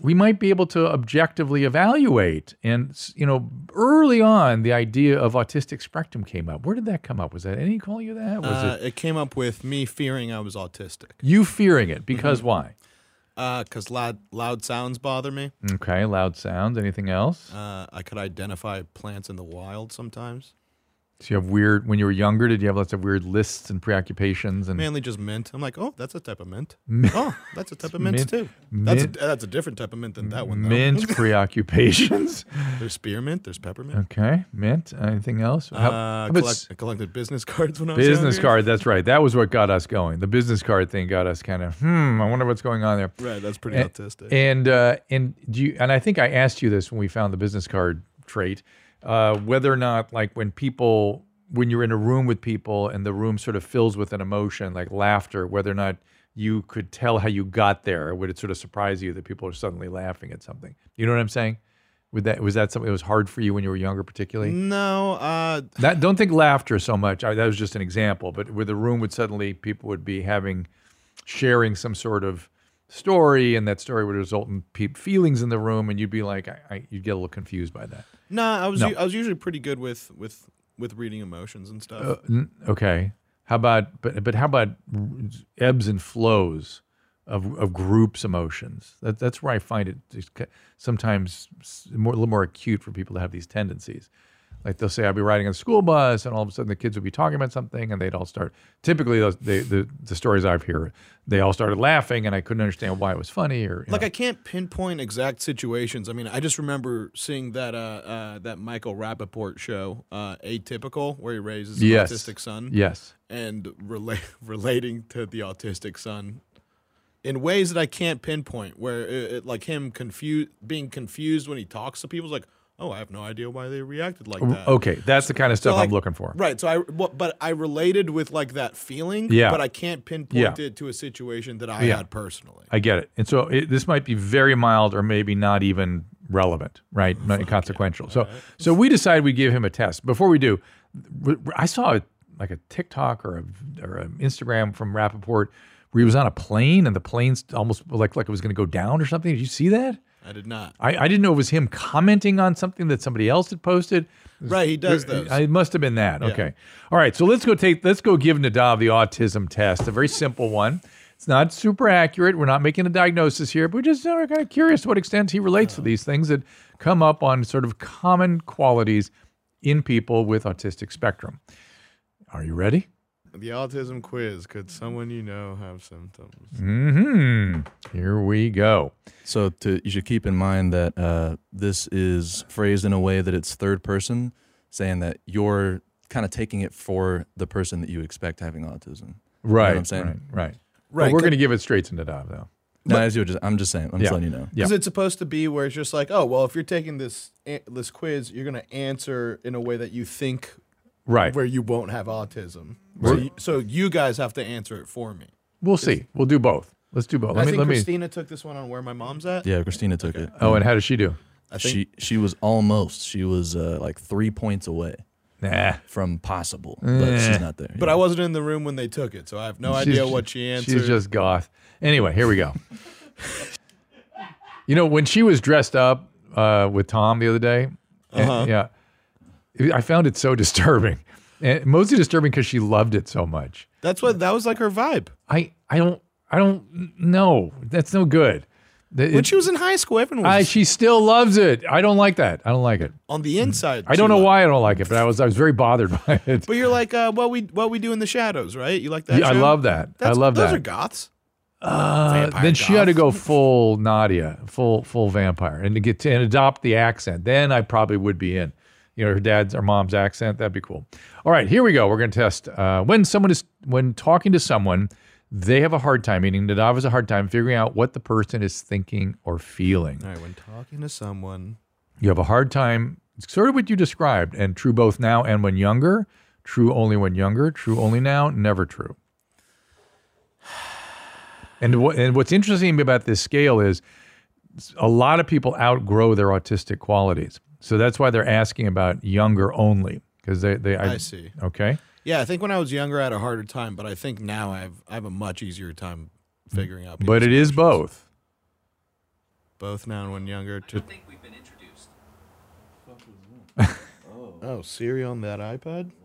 A: we might be able to objectively evaluate. And s- you know, early on, the idea of autistic spectrum came up. Where did that come up? Was that any call you that? Was
C: Uh, it came up with me fearing I was autistic
A: You fearing it because why?
C: because loud loud sounds bother me.
A: Okay, loud sounds. Anything else?
C: Uh, I could identify plants in the wild sometimes.
A: Mm. So you have weird. When you were younger, did you have lots of weird lists and preoccupations and
C: Mainly just mint. I'm like, oh, that's a type of mint. oh, that's a type of mint,
A: Mint-
C: too. That's
A: mint-
C: a, that's a different type of mint than that one. Though.
A: mint preoccupations?
C: There's spearmint. There's peppermint.
A: Okay, mint. Anything else? How- how
C: Uh,
A: about
C: collect,
A: s-
C: I collected business cards when I was
A: business
C: younger.
A: card. That's right. That was what got us going. The business card thing got us kind of. Hmm. I wonder what's going on there.
C: Right, that's pretty
A: And-
C: autistic.
A: And uh, and do you, and I think I asked you this when we found the business card trait, uh, whether or not like when people when you're in a room with people and the room sort of fills with an emotion like laughter, whether or not you could tell how you got there, or would it sort of surprise you that people are suddenly laughing at something? You know what I'm saying? Would that was that something that was hard for you when you were younger, particularly?
C: no, uh,
A: That don't think laughter so much. I, that was just an example, but where the room would suddenly people would be having sharing some sort of story, and that story would result in pe- feelings in the room, and you'd be like, I, I, you'd get a little confused by that.
C: no, I was
A: No.
C: u- I was usually pretty good with with with reading emotions and stuff.
A: Uh, n- okay, how about but but how about r- ebbs and flows of of groups' emotions? That, that's where I find it just ki- sometimes s- more a little more acute for people to have these tendencies. Like they'll say, I'll be riding on a school bus, and all of a sudden the kids would be talking about something, and they'd all start. Typically, those, they, the the stories I've heard, they all started laughing, and I couldn't understand why it was funny. Or you
C: like
A: know.
C: I can't pinpoint exact situations. I mean, I just remember seeing that uh, uh, that Michael Rappaport show, uh, Atypical, where he raises an
A: Yes.
C: autistic son,
A: yes,
C: and rela- relating to the autistic son in ways that I can't pinpoint. Where it, it, like him confused, being confused when he talks to people, it's like, oh, I have no idea why they reacted
A: Oh,
C: like that.
A: okay, that's the kind of stuff
C: like-
A: I'm looking for.
C: Right. So I, wha- but I related with like that feeling.
A: Yeah.
C: But I can't pinpoint
A: Yeah.
C: it to a situation that I
A: Yeah.
C: had personally.
A: I get it. And so it, this might be very mild or maybe not even relevant, right? Not inconsequential. So so we decide we give him a test. Before we do, w- w- I saw a, like a TikTok or a, or an Instagram from Rappaport where he was on a plane and the plane's almost like like it was going to go down or something. Did you see that?
C: I did not.
A: I, I didn't know it was him commenting on something that somebody else had posted.
C: Right. He does those.
A: I- It must have been that. Okay. All right. So let's go take let's go give Nadav the autism test. A very simple one. It's not super accurate. We're not making a diagnosis here, but we're just uh, kind of curious to what extent he relates to these things that come up on sort of common qualities in people with autistic spectrum. Are you ready?
G: The autism quiz. Could someone you know have symptoms?
A: Hmm. Here we go.
D: So to, you should keep in mind that uh, this is phrased in a way that it's third person, saying that you're kind of taking it for the person that you expect having autism.
A: Right.
D: I'm saying?
A: Right. Right.
H: Right,
A: But we're
H: c-
A: going to give it straight to Nadav, though.
D: No, as you just, I'm just saying, I'm just letting you know.
A: Yeah.
C: Because it's supposed to be where it's just like, oh, well, if you're taking this an- this quiz, you're gonna answer in a way that you think
A: Right.
C: where you won't have autism. So you, so you guys have to answer it for me.
A: We'll see. We'll do both. Let's do both. Let
C: I
A: me.
C: think
A: Let me.
C: Christina took this one on where my mom's at.
D: Yeah, Christina took it.
A: Oh, and how does she do?
D: she she was almost she was uh, like three points away
A: Nah.
D: from possible, but she's not there.
C: But I wasn't in the room when they took it, so I have no
A: She's-
C: idea what she answered.
A: She's just goth. Anyway, here we go. you know, when she was dressed up uh, with Tom the other day, and-
C: Uh-huh.
A: yeah, I found it so disturbing, and mostly disturbing because she loved it so much.
C: That's what that was like her vibe.
A: I, I don't, I don't know. That's no good. That
C: When
A: it-
C: she was in high school, everyone
A: I,
C: was
A: she still loves it. I don't like that. I don't like it.
C: on the inside.
A: I don't
C: she
A: know
C: loved-
A: why I don't like it, but I was, I was very bothered by it.
C: But you're like, uh, what we what we do in the shadows, right? You like that?
A: Yeah, I
C: show?
A: love that.
C: That's,
A: I love
C: those
A: that.
C: are goths.
A: Uh,
C: Vampire
A: then she had to
C: goth.
A: go full Nadia, full full vampire, and to get to, and adopt the accent. Then I probably would be in. You know, her dad's or mom's accent. That'd be cool. All right, here we go. We're gonna test uh, when someone is when talking to someone, they have a hard time. Meaning, Nadav has a hard time figuring out what the person is thinking or feeling.
C: All right, when talking to someone,
A: You have a hard time, sort of what you described, and true both now and when younger. True only when younger. True only now. Never true. And what and what's interesting about this scale is a lot of people outgrow their autistic qualities, so that's why they're asking about younger only because they they
C: I see.
A: okay
C: Yeah, I think when I was younger, I had a harder time, but I think now I have I have a much easier time figuring out.
A: but
C: people's
A: it is both.
C: both now and when younger. To... I think we've been introduced. oh, Siri on that iPad.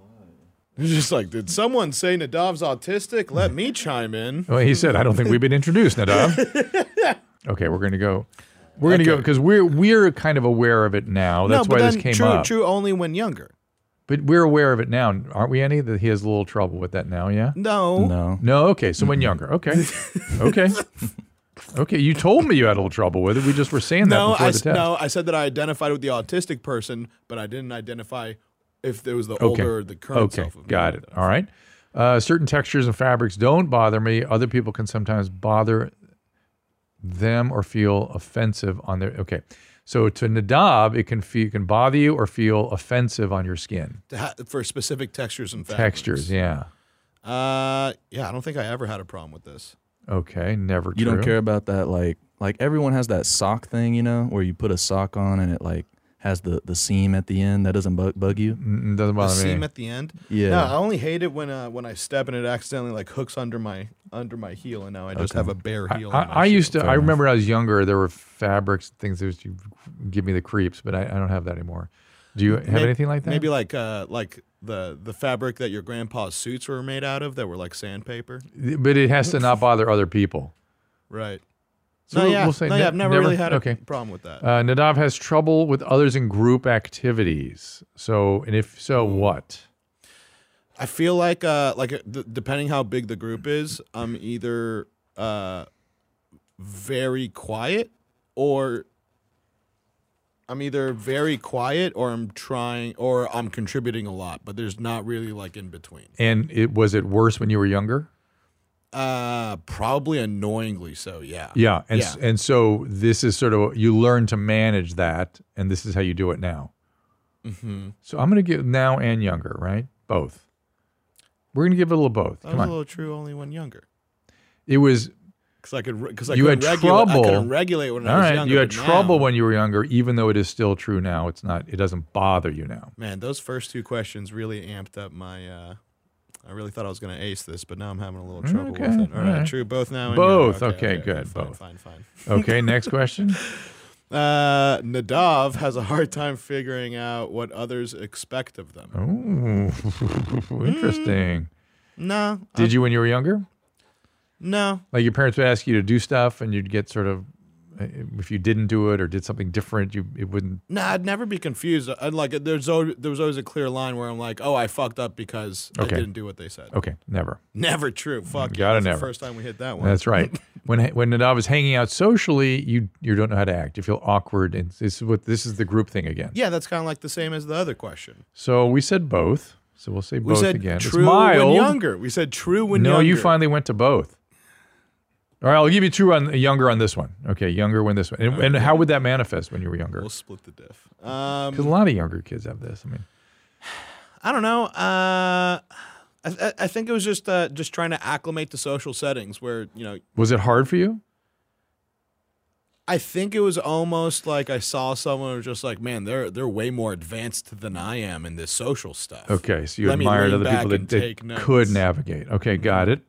C: It's just like, did someone say Nadav's autistic? Let me chime in.
A: Well, he said, "I don't think we've been introduced, Nadav." okay, we're gonna go. We're gonna go
C: Okay.
A: because we're we're kind of aware of it now. That's
C: no, but
A: why
C: then
A: this came
C: true,
A: up.
C: true only when younger.
A: But we're aware of it now, aren't we, Annie? That he has a little trouble with that now, yeah?
C: No,
D: no.
A: No, okay. So
C: Mm-hmm.
A: when younger. Okay. Okay. Okay. You told me you had a little trouble with it. We just were saying that
C: No,
A: before
C: I,
A: the
C: s-
A: test.
C: no, I said that I identified with the autistic person, but I didn't identify if there was the
A: Okay.
C: older or the current
A: Okay.
C: self of me.
A: Got it. All right. Uh, certain textures and fabrics don't bother me. Other people can sometimes bother them or feel offensive on their. Okay. So to Nadab, it can feel, can bother you or feel offensive on your skin.
C: To ha- For specific textures and fabrics.
A: Textures, yeah.
C: Uh, yeah, I don't think I ever had a problem with this.
A: Okay, never.
D: You don't
A: true.
D: care about that like like everyone has that sock thing, you know, where you put a sock on and it like has the the seam at the end that doesn't bug, bug you.
A: Mm, doesn't
C: The
A: bother me.
C: seam at the end.
D: Yeah.
C: No, I only hate it when uh, when I step and it accidentally like hooks under my under my heel, and now I just have a bare heel.
A: I,
C: on my
A: I
C: shoe.
A: used to. I remember when I was younger. There were fabrics, things that used to give me the creeps, but I, I don't have that anymore. Do you have
C: May-
A: anything like that?
C: Maybe like uh like the the fabric that your grandpa's suits were made out of that were like sandpaper.
A: but it has to not bother other people.
C: Right.
A: So
C: no,
A: we'll-
C: yeah,
A: we'll say
C: no,
A: ne-
C: yeah, I've never,
A: never?
C: really had a
A: Okay.
C: problem with that.
A: Uh, Nadav has trouble with others in group activities. So, and if so, what?
C: I feel like uh like uh, d- depending how big the group is, I'm either uh very quiet or I'm either very quiet or I'm trying or I'm contributing a lot, but there's not really like in between.
A: And it was it worse when you were younger?
C: Uh probably annoyingly so, yeah.
A: Yeah, and s- and so this is sort of you learn to manage that, and this is how you do it now. Mm-hmm. So I'm going to give now and younger, right? Both. We're going to give it a little both.
C: That
A: Come
C: was
A: on.
C: a little true only when younger.
A: It was
C: Cuz I could cuz I
A: You
C: couldn't
A: had
C: regulate I
A: trouble.
C: couldn't regulate when I
A: all
C: was
A: right.
C: younger.
A: you had
C: but now-
A: trouble when you were younger, even though it is still true now. It's not. It doesn't bother you now.
C: Man, those first two questions really amped up my. Uh, I really thought I was going to ace this, but now I'm having a little trouble
A: Okay,
C: with it. All right,
A: alright.
C: true. Both now. And
A: Both,
C: yeah,
A: okay, good,
C: Fine,
A: both.
C: Fine, fine.
A: Okay. next question.
C: Uh, Nadav has a hard time figuring out what others expect of them.
A: Ooh, interesting.
C: Hmm. No, I-
A: Did you when you were younger?
C: no.
A: Like your parents would ask you to do stuff, and you'd get sort of eh, if you didn't do it or did something different, you it wouldn't.
C: No, I'd never be confused. I'd like there's always, there was always a clear line where I'm like, oh, I fucked up because
A: Okay.
C: I didn't do what they said.
A: Okay, never.
C: Never true. Fuck. yeah,
A: Gotta
C: that's the
A: never.
C: First time we hit that one.
A: That's right. when when Nadav is hanging out socially, you you don't know how to act. You feel awkward, and this is what this is the group thing again.
C: Yeah, that's kind of like the same as the other question.
A: So we said both. So we'll say
C: We
A: both
C: said
A: again.
C: true
A: it's mild.
C: when younger. We said true when
A: no,
C: younger.
A: you finally went to both. All right, I'll give you true on younger on this one. Okay, younger when this one. And, and how would that manifest when you were younger?
C: We'll split the diff. Um,
A: Because a lot of younger kids have this. I mean,
C: I don't know. Uh, I, I, I think it was just uh, just trying to acclimate to social settings where you know.
A: was it hard for you?
C: I think it was almost like I saw someone who was just like, man, they're they're way more advanced than I am in this social stuff.
A: Okay, so you
C: Let me
A: admired
C: lean
A: other
C: back
A: people that,
C: and
A: that
C: take notes. Mm-hmm.
A: could navigate. Okay, got it.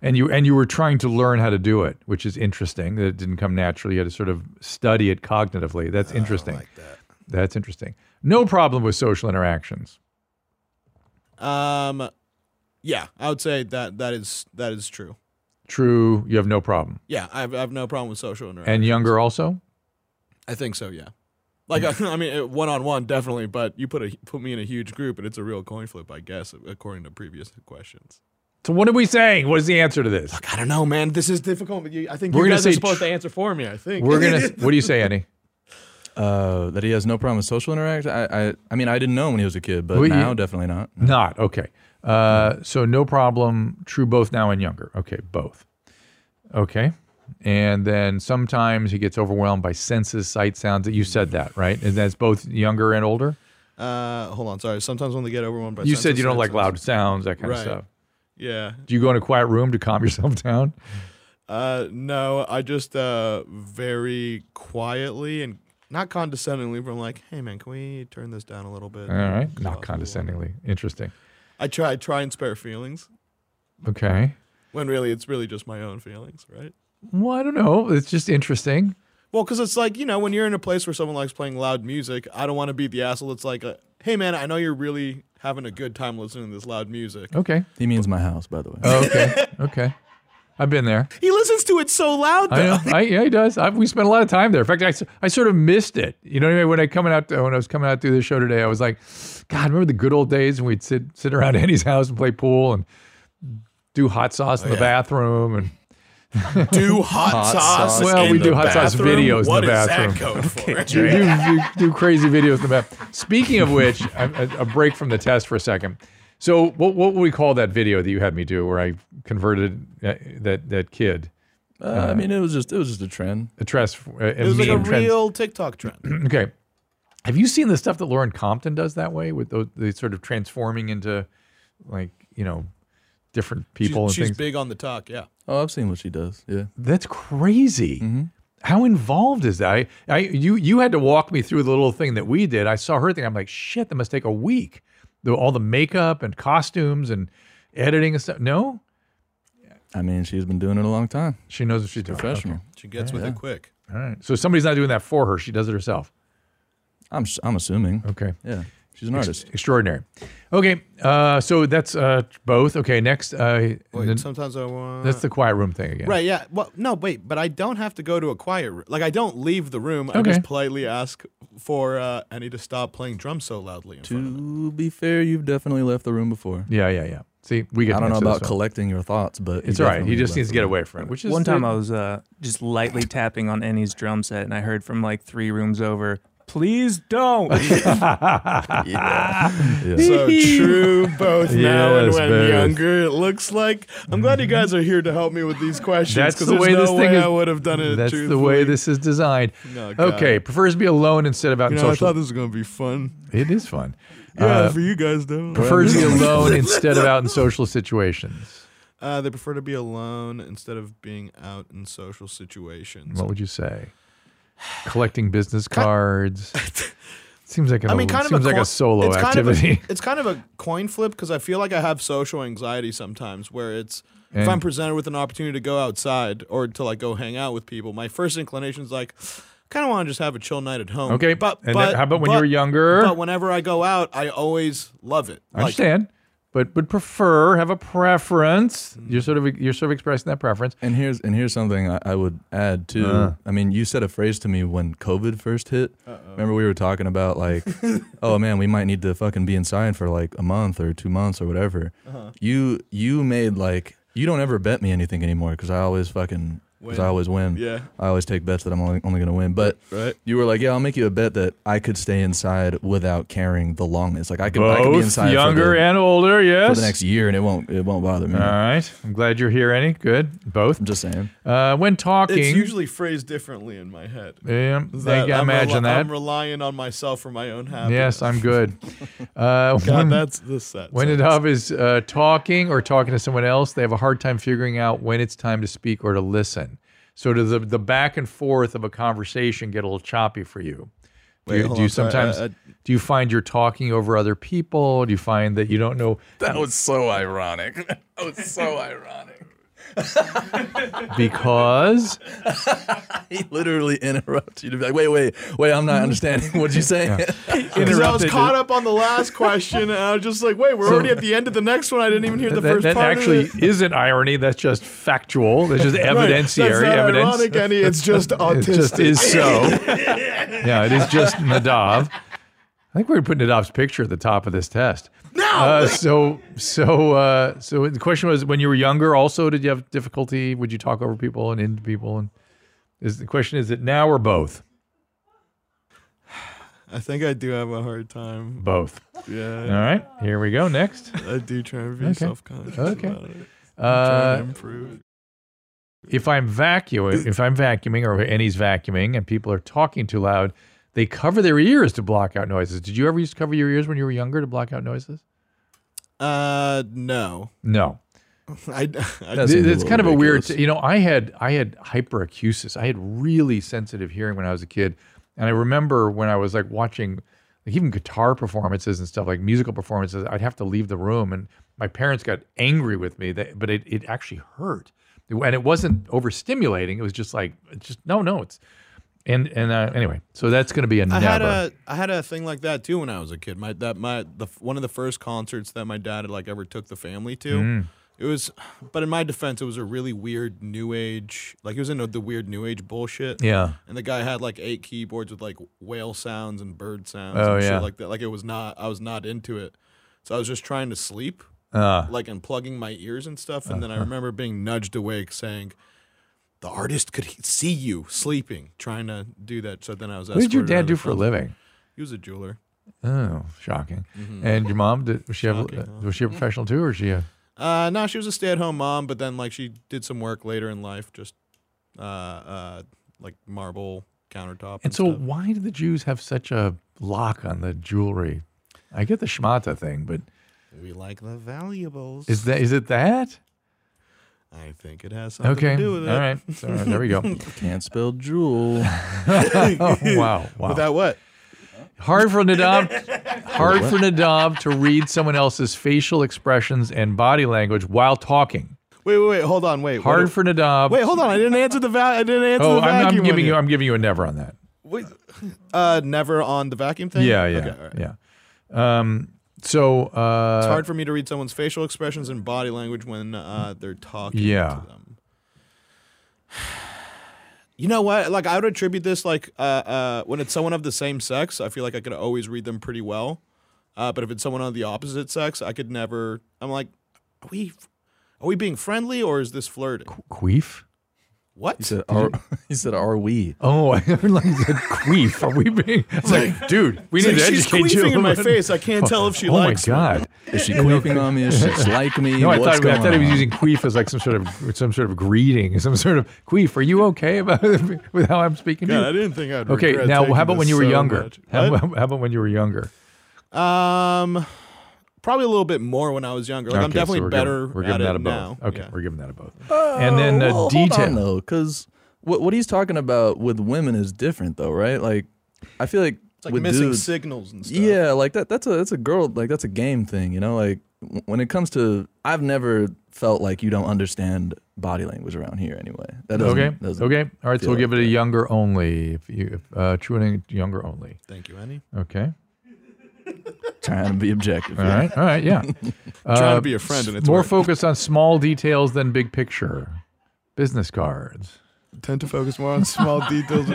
A: And you and you were trying to learn how to do it, which is interesting. That it didn't come naturally. You had to sort of study it cognitively.
C: Oh,
A: That's interesting. That's interesting. No problem with social interactions.
C: Um, yeah, I would say that that is that is true.
A: True, you have no problem.
C: Yeah, I have, I have no problem with social interaction.
A: And younger also.
C: I think so. Yeah. Like I, I mean, one on one definitely, but you put a put me in a huge group and it's a real coin flip, I guess, according to previous questions.
A: So what are we saying? What is the answer to this?
C: Look, I don't know, man. This is difficult. But you, I think
A: We're
C: you
A: gonna
C: guys
A: say
C: are supposed
A: tr-
C: to answer for me. I think
A: We're gonna. What do you say, Annie?
D: Uh, that he has no problem with social interaction. I, I, I mean, I didn't know him when he was a kid, but
A: Well, you-
D: now definitely not.
A: Not okay. Uh, so no problem. True, both now and younger. Okay, both. Okay, and then sometimes he gets overwhelmed by senses, sight, sounds. You said that right, and that's both younger and older.
C: Uh, hold on, sorry. Sometimes when they get overwhelmed by
A: You
C: sense
A: said
C: of
A: you don't like
C: senses-
A: loud sounds, that kind of
C: Right.
A: stuff.
C: Yeah.
A: Do you go in a quiet room to calm yourself down?
C: Uh, no, I just uh very quietly and not condescendingly, but I'm like, hey man, can we turn this down a little bit?
A: All right,
C: Cool.
A: not condescendingly. Interesting.
C: I try try and spare feelings
A: Okay.
C: when really it's really just my own feelings, right?
A: Well, I don't know. It's just interesting.
C: Well, because it's like you know when you're in a place where someone likes playing loud music, I don't want to be the asshole. It's like, uh hey man, I know you're really having a good time listening to this loud music.
A: Okay.
D: He means my house, by the way.
A: Okay. okay. I've been there.
C: He listens to it so loud
A: I
C: though.
A: know. I, yeah, he does. I, we spent a lot of time there. In fact, I, s- I sort of missed it. You know what I mean? When I coming out when I was coming out through the show today, I was like, God, remember the good old days when we'd sit sit around Andy's house and play pool and do hot sauce
C: Oh,
A: in the bathroom and
C: do hot, sauce.
A: Well,
C: in
A: we
C: the
A: do hot sauce
C: bathroom?
A: videos in the
C: What is
A: bathroom.
C: that code for?
A: you do, you do crazy videos in the back. Speaking of which, a, a- a break from the test for a second. So, what what would we call that video that you had me do where I converted uh, that that kid
D: Uh, I mean, it was just it was just a trend.
A: a trans? Uh,
C: It was like a
A: meme trans-
C: real TikTok trend.
A: Okay. Have you seen the stuff that Lauren Compton does that way with those the sort of transforming into like, you know, different people
C: She's,
A: and
C: she's
A: things?
C: big on the talk, yeah.
D: Oh, I've seen what she does. Yeah,
A: That's crazy. How involved is that? I, I you you had to walk me through the little thing that we did. I saw her thing. I'm like, shit, that must take a week. The, all the makeup and costumes and editing and stuff. No?
D: I mean, she's been doing it a long time.
A: She knows what she's doing.
D: Professional.
C: She gets with it quick.
A: Okay. All right. So somebody's not doing that for her. She does it herself.
D: I'm s- I'm assuming.
A: Okay.
D: Yeah, she's an artist.
A: Extraordinary. Okay. Uh, so that's uh, both. Okay. Next. Uh,
C: Wait,
A: n-
C: sometimes I want.
A: That's the quiet room thing again.
C: right, yeah. Well, no, wait, but I don't have to go to a quiet room. Like, I don't leave the room. I
A: Okay.
C: just politely ask for uh, Annie to stop playing drums so loudly. In front of me.
D: To be fair, you've definitely left the room before.
A: Yeah, yeah, yeah. See, we get.
D: I don't know
A: into this
D: about
A: one.
D: collecting your thoughts, but
A: It's all right. He just needs to get away from it, which is
I: One time I was uh, just lightly tapping on Annie's drum set, and I heard from like three rooms over, "Please don't."
C: So true, both now and
A: Yes,
C: when
A: both.
C: younger. It looks like I'm glad you guys are here to help me with these questions.
A: That's
C: 'cause
A: the
C: there's
A: way
C: no
A: this thing
C: way
A: is-
C: I would have done it.
A: that's the way
C: truthfully.
A: this is designed.
C: No, God.
A: okay, prefers to be alone instead of out
C: You
A: in
C: know, I
A: social.
C: thought this was gonna be fun.
A: it is fun.
C: Yeah,
A: Uh,
C: for you guys though.
A: prefers to be alone instead of out in social situations.
C: Uh, they prefer to be alone instead of being out in social situations.
A: What would you say? Collecting business cards. seems like an
C: I mean,
A: old-
C: kind of
A: seems
C: a
A: like
C: coi-
A: a solo
C: it's
A: activity.
C: Kind of a, it's kind of a coin flip because I feel like I have social anxiety sometimes, where it's if
A: And-
C: I'm presented with an opportunity to go outside or to like go hang out with people, my first inclination is like, kind of want to just have a chill night at home.
A: Okay,
C: but,
A: and
C: but
A: then how about when you
C: but-
A: were younger?
C: But whenever I go out, I always love it.
A: I understand, but would prefer have a preference.
C: Mm.
A: You're sort of you're sort of expressing that preference.
D: And here's and here's something I, I would add too.
A: Uh-huh.
D: I mean, you said a phrase to me when COVID first hit. Remember we were talking about like, oh man, we might need to fucking be inside for like a month or two months or
C: Uh-huh.
D: whatever. You you made like you don't ever bet me anything anymore because I always fucking because I always win.
C: Yeah.
D: I always take bets that I'm only, only going to win. But
C: Right.
D: you were like, yeah, I'll make you a bet that I could stay inside without caring the longest. Like I could, I could be
A: Both
D: inside
A: younger
D: for the,
A: and older, yes.
D: for the next year, and it won't it won't bother me.
A: All right. I'm glad you're here, Annie. Good. Both.
D: I'm just saying.
A: Uh, when talking,
C: It's usually phrased differently in my head.
A: yeah,
C: That
A: I
C: I'm rel-
A: imagine that.
C: I'm relying on myself for my own happiness.
A: yes, I'm good. Uh,
C: God,
A: when-
C: that's the set.
A: When a dove is uh, talking or talking to someone else, they have a hard time figuring out when it's time to speak or to listen. So does the, the back and forth of a conversation get a little choppy for you? Do
C: Wait,
A: you,
C: hold
A: do you
C: on, sorry, uh,
A: sometimes
C: I- I-
A: do you find you're talking over other people? Do you find that you don't know
D: That was so ironic. That was so ironic.
A: because
D: He literally interrupts you to be like, wait, wait, wait, I'm not understanding. What did you say?
C: Because I was
A: interrupted
C: caught up on the last question, and I was just like, "Wait, we're already at the end of the next one. I didn't even hear the
A: that,
C: first
A: that
C: part."
A: actually
C: of it.
A: isn't irony. That's just factual. That's just
C: Right,
A: evidentiary
C: That's not
A: evidence.
C: ironic, Annie. It's just
A: it
C: autistic.
A: just is so. yeah, it is just Nadav. I think we're putting Nadav's picture at the top of this test. No. Uh, so, so, uh, so the question was: When you were younger, also, did you have difficulty? Would you talk over people and into people? And is the question: Is it now or both?
C: I think I do have a hard time.
A: Both. All
C: Yeah,
A: right. Here we go. Next.
C: I do try and be
A: Okay.
C: self-conscious
A: Okay.
C: about it. Trying to
A: Uh,
C: improve.
A: if I'm vacuuming, if I'm vacuuming or Annie's vacuuming and people are talking too loud, they cover their ears to block out noises. Did you ever used to cover your ears when you were younger to block out noises?
C: Uh, no.
A: No.
C: I, I
D: That's
A: Th-
D: a
A: it's
D: little
A: kind of a weird,
D: ridiculous.
A: t- you know, I had, I had hyperacusis. I had really sensitive hearing when I was a kid. And I remember when I was like watching like even guitar performances and stuff like musical performances, I'd have to leave the room. And my parents got angry with me that, but it, it actually hurt. And it wasn't overstimulating. It was just like, it's just, no, no, it's, and, and uh, anyway, so that's going to be a
C: I
A: never.
C: had a I had a thing like that too when I was a kid. My that my the one of the first concerts that my dad had like ever took the family to.
A: Mm.
C: It was, but in my defense, it was a really weird new age. Like it was into the weird new age bullshit.
A: yeah.
C: And the guy had like eight keyboards with like whale sounds and bird sounds
A: Oh,
C: and
A: yeah.
C: shit like that. Like it was not I was not into it. So I was just trying to sleep,
A: Uh, Uh-huh.
C: like and plugging my ears and stuff. And then I remember being nudged awake saying, "The artist could he- see you sleeping, trying to do that." So then I was.
A: what did your
C: escorted out
A: dad
C: of
A: do
C: the
A: for a
C: front.
A: living?
C: He was a jeweler.
A: Oh, shocking. And your mom, did, was she have,
C: Mm-hmm. Shocking, huh?
A: was she a professional too, or is she a,
C: Uh, no, she was a stay-at-home mom, but then like she did some work later in life, just uh, uh, like marble countertop. And,
A: And so,
C: stuff.
A: why do the Jews have such a lock on the jewelry? I get the shmata thing, but
C: we like the valuables.
A: is that is it that?
C: I think it has something
A: Okay,
C: to do with it.
A: all right. So, there we go.
D: Can't spell jewel.
A: Oh, wow, wow.
C: Without what?
A: hard for Nadav, hard for Nadav to read someone else's facial expressions and body language while talking.
C: Wait, wait, wait. Hold on. Wait.
A: Hard
C: what-
A: for Nadav.
C: Wait, hold on. I didn't answer the va- I didn't answer
A: oh,
C: the
A: I'm,
C: vacuum.
A: I'm giving you,
C: one
A: I'm giving you a never on that.
C: yet. Wait, uh, never on the vacuum thing.
A: Yeah, yeah,
C: Okay, all right.
A: yeah. Um, so uh,
C: It's hard for me to read someone's facial expressions and body language when uh, they're talking
A: Yeah.
C: to them. You know what? Like I would attribute this like uh, uh, when it's someone of the same sex, I feel like I could always read them pretty well. Uh, but if it's someone of the opposite sex, I could never. I'm like, are we, are we being friendly or is this flirting?
A: queef.
C: What?
D: He said, are, he said, are we?
A: Oh, I heard like the queef. Are we being? It's like, dude, we
C: It's
A: need
C: like,
A: to
C: she's
A: educate you.
C: queefing in my
A: about-
C: face. I can't tell if she
A: oh
C: likes me.
A: my god!
D: Is she queefing on me? Is she like me?
A: No, I
D: What's
A: thought I
D: going
A: thought he was
D: on?
A: using queef as like some sort of some sort of greeting, some sort of queef. Are you okay about with how I'm speaking
C: God, I
A: to you?
C: didn't think I'd.
A: Okay,
C: regret
A: now
C: taking
A: how about when
C: this
A: you were
C: so
A: younger?
C: much.
A: How,
C: What?
A: about- how about when you were younger?
C: Um, probably a little bit more when I was younger. Like I'm
A: Okay, so
C: definitely
A: we're giving-
C: better
A: we're
C: at
A: giving
C: it
A: that a
C: now.
A: both. Okay,
C: Yeah.
A: we're giving that a both. and then uh,
D: well,
A: detail.
D: Oh, Hold on, though, because what what he's talking about with women is different, though, right? Like, I feel like
C: It's like
D: with
C: missing
D: dudes,
C: signals and stuff.
D: yeah, like that. That's a that's a girl. Like that's a game thing, you know. Like w- when it comes to, I've never felt like you don't understand body language around here. Anyway, that doesn't.
A: Okay.
D: doesn't
A: Okay. All right. So
D: feel
A: we'll give it
D: like
A: a
D: that.
A: younger only. If you, if, uh, true and younger only.
C: Thank you, Annie.
A: Okay.
D: Trying to be objective.
A: All right. All right. Yeah.
C: trying
A: Uh,
C: to be a friend, and it's
A: More
C: work.
A: focus on small details than big picture. Business cards.
C: tend to focus more on small details.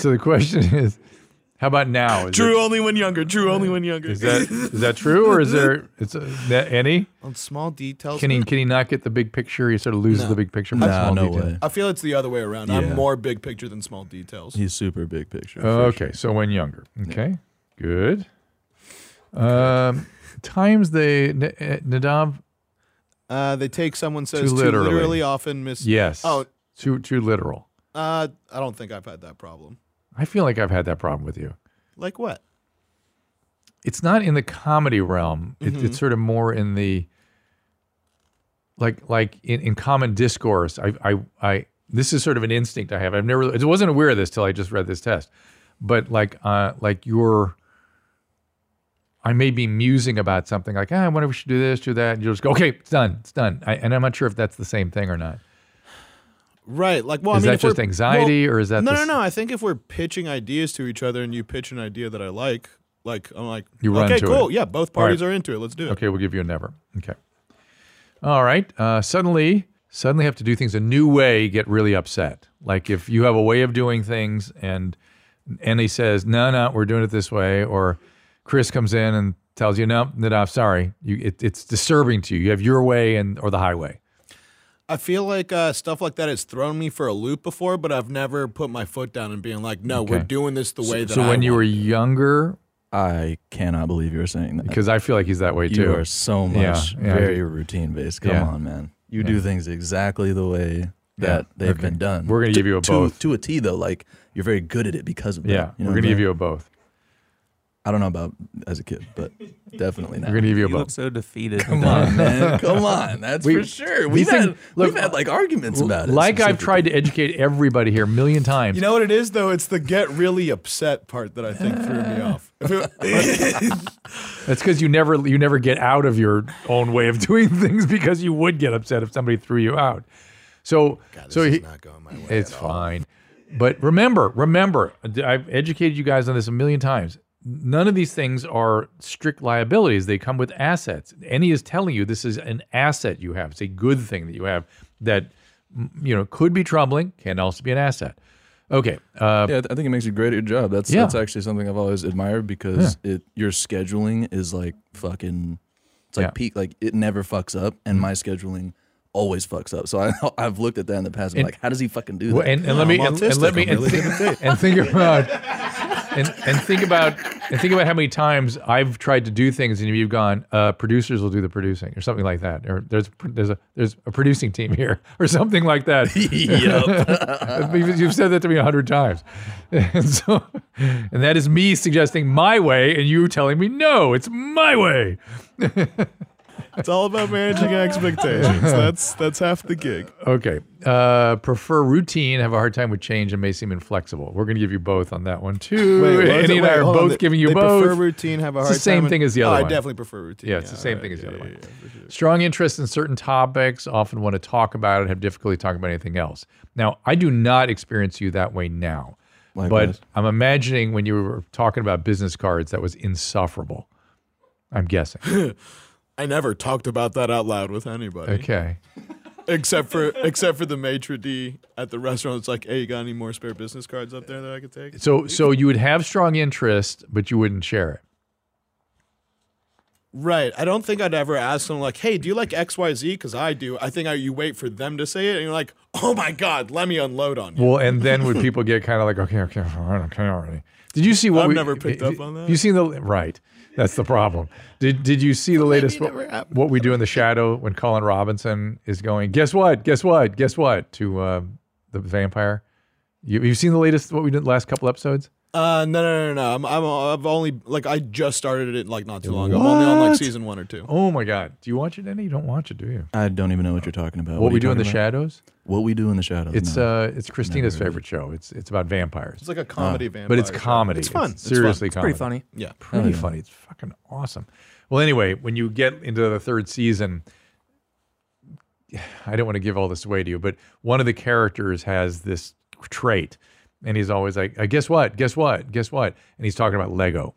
A: So the question is How about now? Is,
C: True
A: it,
C: only when younger. True only when younger.
A: is that is that true or is there? It's a, that any?
C: On small details.
A: Can he can he not get the big picture? He sort of loses the big picture. for
D: Nah,
A: small
D: no
A: detail.
D: way.
C: I feel it's the other way around.
D: Yeah.
C: I'm more big picture than small details.
D: He's super big picture. for
A: Okay,
D: sure.
A: so when younger. Okay, good. Um, times they N- eh,
C: Oh.
A: Nadav.
C: Uh, they take someone says
A: Too
C: too
A: literally.
C: literally, often miss.
A: Yes.
C: Oh.
A: too too literal.
C: Uh, I don't think I've had that problem.
A: I feel like I've had that problem with you.
C: Like what?
A: It's not in the comedy realm. It, It's sort of more in the like like in, in common discourse. I I I this is sort of an instinct I have. I've never I wasn't aware of this till I just read this test. But like uh like your I may be musing about something like, ah, I wonder if we should do this, do that. And you'll just go, okay, it's done, it's done. I, and I'm not sure if that's the same thing or not.
C: Right. Like, well,
A: Is
C: I mean,
A: that
C: if we're-
A: just anxiety,
C: well,
A: or is that
C: no,
A: the
C: no,
A: s-
C: no. I think if we're pitching ideas to each other and you pitch an idea that I like, like I'm like,
A: You run
C: okay,
A: to
C: cool,
A: it.
C: yeah, both
A: All right.
C: parties are into it. Let's do it.
A: Okay, we'll give you a never. Okay. All right. Uh, suddenly, suddenly have to do things a new way. Get really upset. Like if you have a way of doing things, and and he says, "No, no, we're doing it this way," or Chris comes in and tells you, "No, Nadav, sorry, you, it, it's disturbing to you. You have your way and or the highway."
C: I feel like uh, stuff like that has thrown me for a loop before, but I've never put my foot down and being like, no, we're
A: Okay.
C: doing this the way that.
A: So
C: I
A: when you were
C: want.
A: younger,
D: I cannot believe you're saying that.
A: because I feel like he's that way too.
D: You are so
A: Yeah,
D: much
A: yeah.
D: very routine based. Come
A: Yeah.
D: on, man. You do things exactly the way that they've been done.
A: We're gonna
D: To-
A: give you a
D: to,
A: both.
D: To a T though, like you're very good at it because of that.
A: yeah,
D: You know
A: we're
D: what
A: gonna
D: I
A: give
D: mean?
A: you a both.
D: I don't know about as a kid, but definitely now.
A: We're gonna give you a
I: You look
A: both.
I: so defeated.
D: Come on, man. Come on. That's
A: We-
D: for sure. We've
A: these
D: had,
A: things- look,
D: we've had like arguments about it.
A: Like I've
D: specifically.
A: tried to educate everybody here a million times.
C: You know what it is though? It's the get really upset part that I think threw me off. If it-
A: That's because you never you never get out of your own way of doing things because you would get upset if somebody threw you out. So so he,
C: not going my way.
A: it's fine. But remember, remember, I've educated you guys on this a million times. None of these things are strict liabilities. They come with assets. Any is telling you this is an asset you have. It's a good thing that you have that m- you know could be troubling, can also be an asset. Okay. Uh,
D: Yeah, I think it makes you great at your job. That's
A: Yeah.
D: that's actually something I've always admired because it your scheduling is like fucking it's like
A: Yeah.
D: peak like it never fucks up and my scheduling always fucks up. So I I've looked at that in the past. I'm like, how does he fucking do that?
A: Well, and, and let me
C: I'm
A: and, and let
C: autistic.
A: me
C: I'm
A: and,
C: really
A: think, and think about and, and think about and think about how many times I've tried to do things and you've gone, uh, producers will do the producing or something like that, or there's there's a there's a producing team here or something like that. Because You've said that to me a hundred times, and so and that is me suggesting my way and you telling me no, it's my way.
C: It's all about managing expectations. That's that's half the gig.
A: Okay, uh, prefer routine, have a hard time with change, and may seem inflexible. We're going to give you both on that one too. Annie and I are both giving you
C: they
A: both.
C: Prefer routine, have a
A: It's
C: hard
A: the same
C: time with-
A: thing as the other
C: oh,
A: one.
C: I definitely prefer routine.
A: Yeah, it's the same
C: alright,
A: thing as the
C: yeah,
A: other
C: yeah,
A: one.
C: yeah, for sure.
A: Strong interest in certain topics, often want to talk about it, have difficulty talking about anything else. Now, I do not experience you that way now,
D: Likewise.
A: but I'm imagining when you were talking about business cards, that was insufferable. I'm guessing.
C: I never talked about that out loud with anybody,
A: Okay.
C: except for except for the maitre d at the restaurant. It's like, hey, you got any more spare business cards up there that I could take?
A: So, so you would have strong interest, but you wouldn't share it.
C: Right. I don't think I'd ever ask them like, "Hey, do you like X, Y, Z?" Because I do. I think I, you wait for them to say it, and you're like, "Oh my God, let me unload on you."
A: Well, and then would people get kind of like, okay, okay, all right, okay, already? Did you see what
C: I've
A: we,
C: never picked up on that.
A: You seen the right? That's the problem. Did Did you see the latest what, what we do in the shadow when Colin Robinson is going? Guess what? Guess what? Guess what? To uh, the vampire. You You've seen the latest what we did last couple episodes?
C: Uh, no, no, no, no. I'm, I'm, I've only like I just started it like not too long. ago. I'm only on like
A: What?
C: season one or two.
A: Oh my God! Do you watch it? Any? You don't watch it, do you?
D: I don't even know what you're talking about.
A: What,
D: are
A: we
D: you
A: do in the
D: talking about?
A: shadows?
D: What we do in the shadows.
A: It's
D: no.
A: uh, it's Christina's favorite show. It's it's about vampires,
C: It's like a comedy vampire,
A: but it's
C: show.
A: comedy.
C: It's fun. It's fun.
A: seriously
I: Pretty
A: comedy.
I: funny.
C: Yeah.
A: pretty funny. It's fucking awesome. Well, anyway, when you get into the third season, I don't want to give all this away to you, but one of the characters has this trait, and he's always like, uh, "Guess what? Guess what? Guess what?" And he's talking about Lego,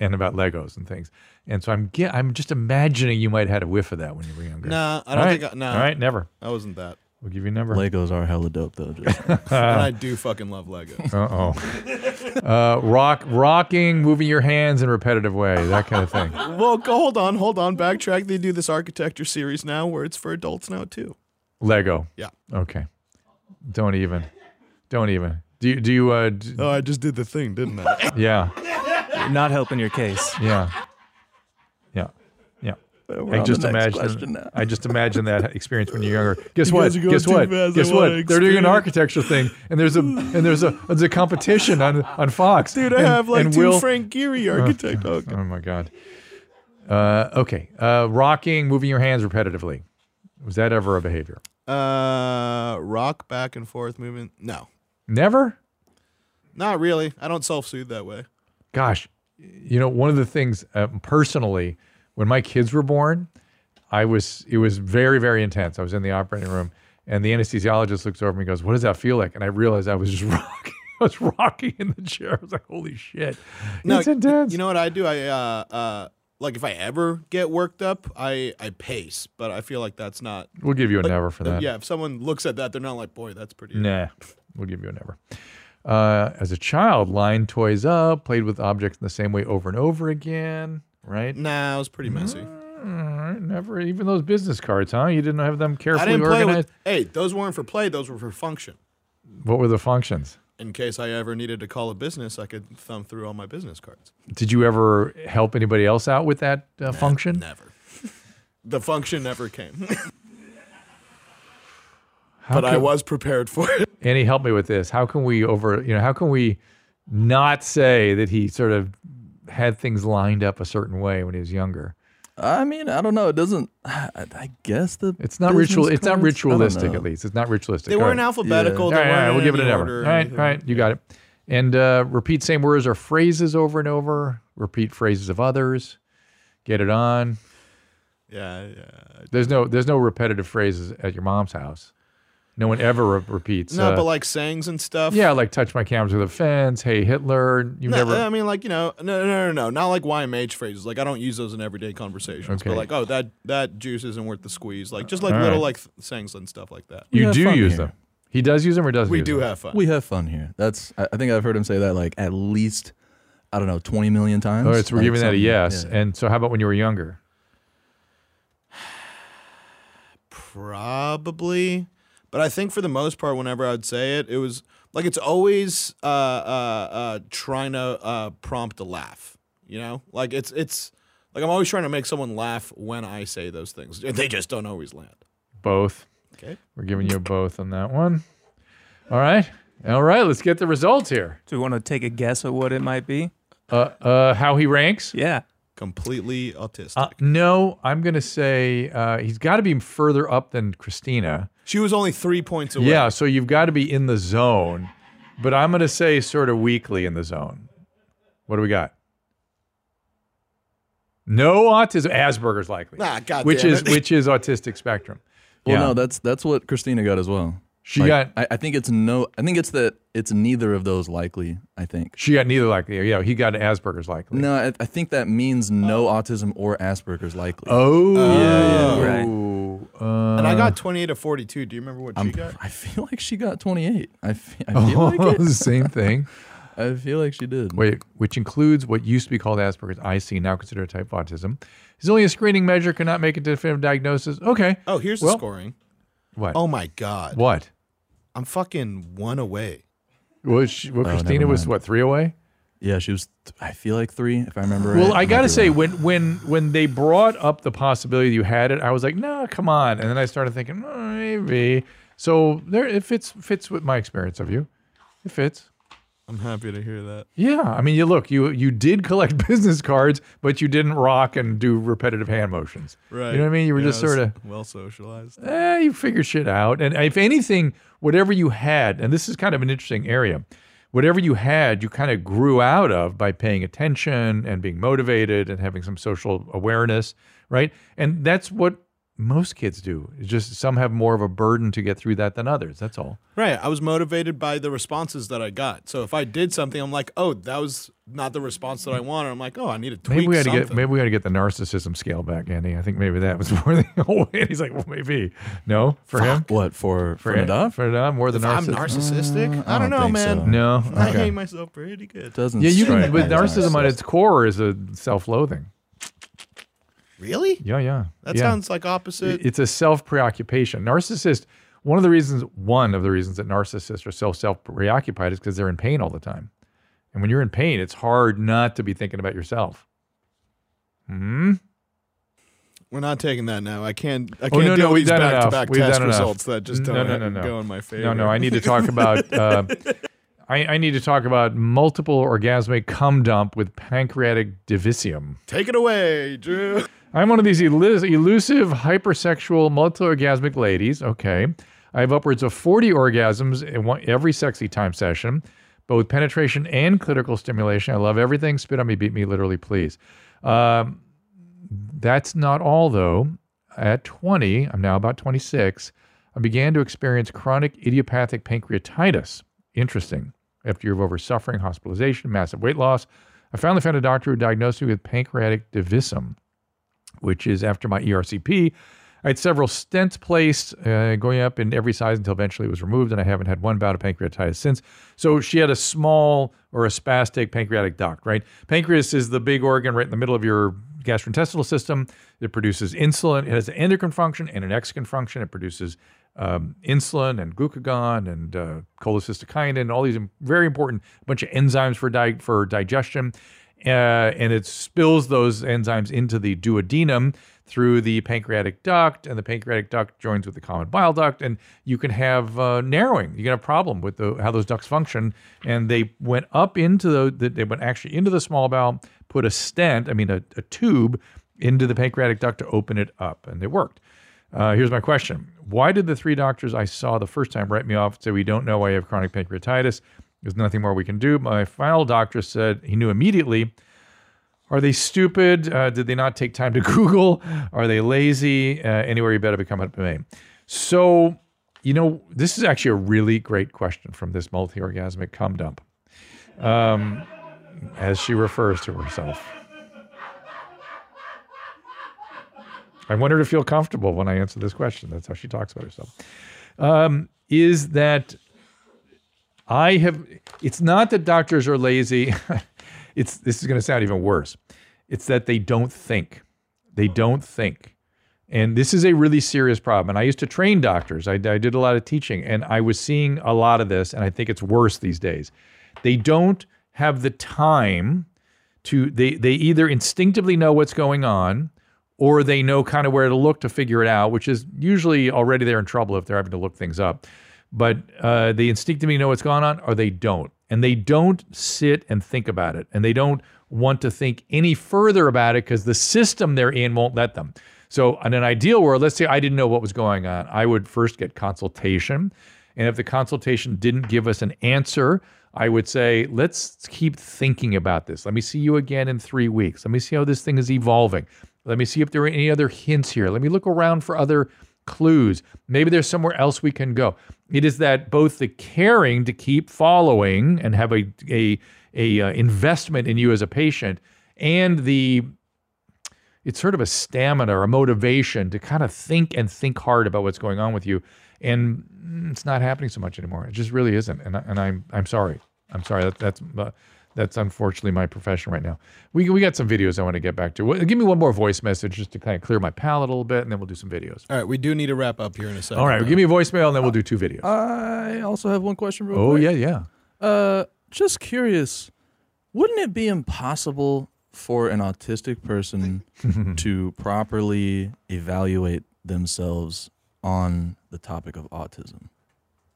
A: and about Legos and things. And so I'm ge- I'm just imagining you might have had a whiff of that when you were younger.
C: Nah, I
A: All
C: don't
A: right.
C: think. I, nah,
A: All right, never.
C: I wasn't that.
A: We'll give you a number.
D: Legos are hella dope though. Just,
C: and I do fucking love Lego.
A: Uh-oh. Uh Rock, rocking, moving your hands in repetitive way, that kind of thing.
C: well, go, hold on, hold on. Backtrack. They do this architecture series now where it's for adults now too.
A: Lego.
C: Yeah.
A: Okay. Don't even. Don't even. Do you? Do you? Uh, d-
C: Oh, I just did the thing, didn't I?
A: yeah.
I: Not helping your case.
A: Yeah. Yeah. Yeah.
D: we're
A: I
D: on
A: just
D: the next question
A: imagine.
D: now.
A: I just imagine that experience when you're younger. Guess
C: guys
A: what?
C: are going
A: Guess
C: too
A: what?
C: fast. I
A: Guess
C: wanna
A: what? They're doing an
C: experience.
A: architecture thing, and there's a and there's a there's a competition on on Fox. Dude,
C: I have like
A: and
C: two
A: Will,
C: Frank Gehry architect. okay.
A: Oh my god. Uh, okay. Uh, rocking, moving your hands repetitively. Was that ever a behavior?
C: Uh, rock back and forth movement. No,
A: Never.
C: not really. I don't self soothe that way.
A: gosh, you know, one of the things um, personally, when my kids were born, I was it was very very intense. I was in the operating room, and the anesthesiologist looks over me and goes, "What does that feel like?" And I realized I was just rocking. I was rocking in the chair. I was like, "Holy shit,
C: No,
A: it's intense."
C: You know what I do? I uh uh like if I ever get worked up, I I pace, but I feel like that's not.
A: we'll give you a never for that.
C: Yeah, if someone looks at that, they're not like, boy, that's pretty.
A: Nah, we'll give you a never. Uh, as a child, lined toys up, played with objects in the same way over and over again. Right?
C: Nah, it was pretty messy.
A: Mm, Never. Even those business cards, huh? You didn't have them
C: I
A: carefully
C: didn't play
A: organized.
C: with. Hey, those weren't for play; those were for function.
A: What were the functions?
C: In case I ever needed to call a business, I could thumb through all my business cards.
A: Did you ever help anybody else out with that uh, function?
C: Never. the function never came,
A: How
C: but I
A: can-
C: was prepared for it.
A: Annie, help me with this. How can we over? You know, how can we not say that he sort of had things lined up a certain way when he was younger?
D: I mean, I don't know. It doesn't. I, I guess the
A: It's not
D: business
A: ritual. It's not
D: cards? I don't
A: ritualistic.
D: know.
A: At least it's not ritualistic.
C: They
A: All
C: weren't
A: right.
C: alphabetical.
A: All
C: They
A: right, all right,
C: weren't
A: we'll
C: in
A: give it an
C: any
A: ever.
C: order
A: All
C: or
A: right, all
C: anything.
A: right, you got it. And uh, repeat same words or phrases over and over. Repeat phrases of others. Get it on.
C: Yeah, yeah.
A: There's no there's no repetitive phrases at your mom's house. No one ever re- repeats.
C: No,
A: uh,
C: but like sayings and stuff.
A: Yeah, like touch my cams with a fence. Hey Hitler, you
C: No,
A: never.
D: um,
C: I mean, like you know, no, no, no, no, not like YMH phrases. Like I don't use those in everyday conversations.
A: Okay.
C: But like, oh, that that juice isn't worth the squeeze. Like just like
A: All
C: little
A: right.
C: like th- sayings and stuff like that.
A: you
D: have
A: do
D: fun
A: use
D: here.
A: them. He does use them or doesn't.
C: We
A: use
C: do
A: them?
C: have fun.
D: We have fun here. That's. I I think I've heard him say that like at least, I don't know, twenty million times.
A: All right, so Oh, we're
D: Like
A: giving that a
D: something-
A: yes.
D: yeah.
A: And so, how about when you were younger?
C: Probably, but I think for the most part, whenever I would say it, it was like it's always uh, uh, uh, trying to uh, prompt a laugh. You know, like it's it's like I'm always trying to make someone laugh when I say those things. They just don't always land.
A: Both.
C: Okay.
A: We're giving you a both on that one. All right. All right. Let's get the results here.
I: Do we want to take a guess at what it might be?
A: Uh, uh, how he ranks?
I: Yeah.
C: Completely autistic.
A: Uh, no, I'm gonna say uh, he's got to be further up than Christina.
C: she was only three points away.
A: Yeah. So you've got to be in the zone, but I'm gonna say sort of weakly in the zone. What do we got? No autism. Asperger's likely.
C: Ah, God
A: which
C: damn
A: is
C: it.
A: which is autistic spectrum.
D: Well,
A: yeah.
D: no, that's that's what Christina got as well.
A: She
D: Like,
A: got
D: I, I think it's no. I think it's that it's neither of those likely. I think.
A: she got neither likely. Yeah, he got Asperger's likely.
D: No, I, I think that means no
C: Oh.
D: autism or Asperger's likely.
A: Oh,
I: yeah, right.
A: Uh,
C: And I got 28 to 42. Do you remember what she
D: I'm,
C: got?
D: I feel like she got 28. I fe-
A: Oh.
D: I feel like it.
A: same thing.
D: I feel like she did.
A: Wait, which includes what used to be called Asperger's IC, now considered a type of autism. It's only a screening measure, cannot make a definitive diagnosis. Okay.
C: Oh, here's
A: Well-
C: the scoring.
A: What?
C: Oh my God.
A: What?
C: I'm fucking one away.
A: Was she, well,
D: Oh,
A: Christina
D: never
A: was
D: mind.
A: what three away?
D: Yeah, she was. th- I feel like three, if I remember. right.
A: Well, I
D: might
A: gotta
D: be
A: say,
D: wrong.
A: when when when they brought up the possibility you had it, I was like, nah, come on. And then I started thinking "Oh, maybe. So there, it fits fits with my experience of you. It fits.
C: I'm happy to hear that.
A: Yeah, I mean, you look, you you did collect business cards, but you didn't rock and do repetitive hand motions.
C: Right.
A: You know what I mean? You were
C: Yeah,
A: just
C: I was
A: sort of
C: well socialized.
A: eh, you figure shit out. And if anything, whatever you had, and this is kind of an interesting area, whatever you had, you kind of grew out of by paying attention and being motivated and having some social awareness, right? And that's what most kids do. It's just some have more of a burden to get through that than others. That's all.
C: Right. I was motivated by the responses that I got. So if I did something, I'm like, oh, that was not the response that I want. And I'm like, oh, I need to tweak
A: Maybe we had to
C: something.
A: get maybe we had to get the narcissism scale back, Andy. I think maybe that was more the whole way. He's like, well, maybe no for him.
D: What for? For,
A: him-
D: enough?
A: for enough, more the
C: If I'm
A: narcissism. Uh,
C: narcissistic. I don't,
D: I don't
C: know,
D: think
C: man.
D: so.
A: no,
C: I hate
A: okay.
C: myself pretty good.
D: Doesn't.
A: Yeah, you
D: strike
A: can. But
D: me as
A: narcissism at
D: narcissist.
A: its core is a self-loathing.
C: Really?
A: Yeah, yeah.
C: That
A: yeah.
C: sounds like opposite.
A: It- it's a self preoccupation. Narcissist. One of the reasons, one of the reasons that narcissists are so self preoccupied is because they're in pain all the time. And when you're in pain, it's hard not to be thinking about yourself. Hmm.
C: We're not taking that now. I can't. I can't
A: Oh, no,
C: deal
A: no,
C: with
A: we've
C: these
A: done
C: back to back
A: enough. We've
C: test
A: done enough.
C: results that just
A: No,
C: don't
A: no, no, no.
C: go in my favor.
A: No, no. I need to talk about. Uh, I, I need to talk about multiple orgasmic cum dump with pancreatic divisium.
C: Take it away, Drew.
A: I'm one of these elu- elusive, hypersexual, multi-orgasmic ladies. Okay. I have upwards of 40 orgasms in one, every sexy time session, both penetration and clinical stimulation. I love everything. Spit on me, beat me, literally, please. Um, that's not all, though. At 20, I'm now about 26, I began to experience chronic idiopathic pancreatitis. Interesting. After year of over suffering, hospitalization, massive weight loss, I finally found a doctor who diagnosed me with pancreatic divisum which is after my E ERCP. I had several stents placed, uh, going up in every size until eventually it was removed, and I haven't had one bout of pancreatitis since. So she had a small or a spastic pancreatic duct, right? Pancreas is the big organ right in the middle of your gastrointestinal system. It produces insulin. It has an endocrine function and an exocrine function. It produces um, insulin and glucagon and uh, cholecystokinin and all these im- very important bunch of enzymes for di- for digestion uh, and it spills those enzymes into the duodenum through the pancreatic duct, and the pancreatic duct joins with the common bile duct, and you can have uh, narrowing. You can have a problem with the, how those ducts function, and they went up into the, they went actually into the small bowel, put a stent, I mean a, a tube, into the pancreatic duct to open it up, and it worked. Uh, here's my question. Why did the three doctors I saw the first time write me off and say, We don't know why you have chronic pancreatitis? There's nothing more we can do. My final doctor said he knew immediately. Are they stupid? Uh, did they not take time to Google? Are they lazy? Uh, anywhere you better become a domain. So, you know, this is actually a really great question from this multi orgasmic cum dump, um, as she refers to herself. I want her to feel comfortable when I answer this question. That's how she talks about herself. Um, is that I have, it's not that doctors are lazy. it's, this is going to sound even worse. It's that they don't think. They don't think. And this is a really serious problem. And I used to train doctors, I, I did a lot of teaching, and I was seeing a lot of this. And I think it's worse these days. They don't have the time to, they, they either instinctively know what's going on or they know kind of where to look to figure it out, which is usually already they're in trouble if they're having to look things up. But uh, they instinctively know what's going on, or they don't. And they don't sit and think about it. And they don't want to think any further about it because the system they're in won't let them. So, in an ideal world, let's say I didn't know what was going on, I would first get consultation. And if the consultation didn't give us an answer, I would say, let's keep thinking about this. Let me see you again in three weeks. Let me see how this thing is evolving. Let me see if there are any other hints here. Let me look around for other clues. Maybe there's somewhere else we can go. It is that both the caring to keep following and have a a a uh, investment in you as a patient, and the it's sort of a stamina or a motivation to kind of think and think hard about what's going on with you. And mm, it's not happening so much anymore. It just really isn't. And, I, and I'm I'm sorry. I'm sorry. That, that's uh, that's unfortunately my profession right now. We we got some videos I want to get back to. Well, give me one more voice message just to kind of clear my palate a little bit, and then we'll do some videos.
C: All right, we do need to wrap up here in a second.
A: All right, give me a voicemail, and then we'll do two videos.
D: Uh, I also have one question. Real
A: oh
D: quick.
A: yeah, yeah.
D: Uh, just curious, wouldn't it be impossible for an autistic person to properly evaluate themselves on the topic of autism?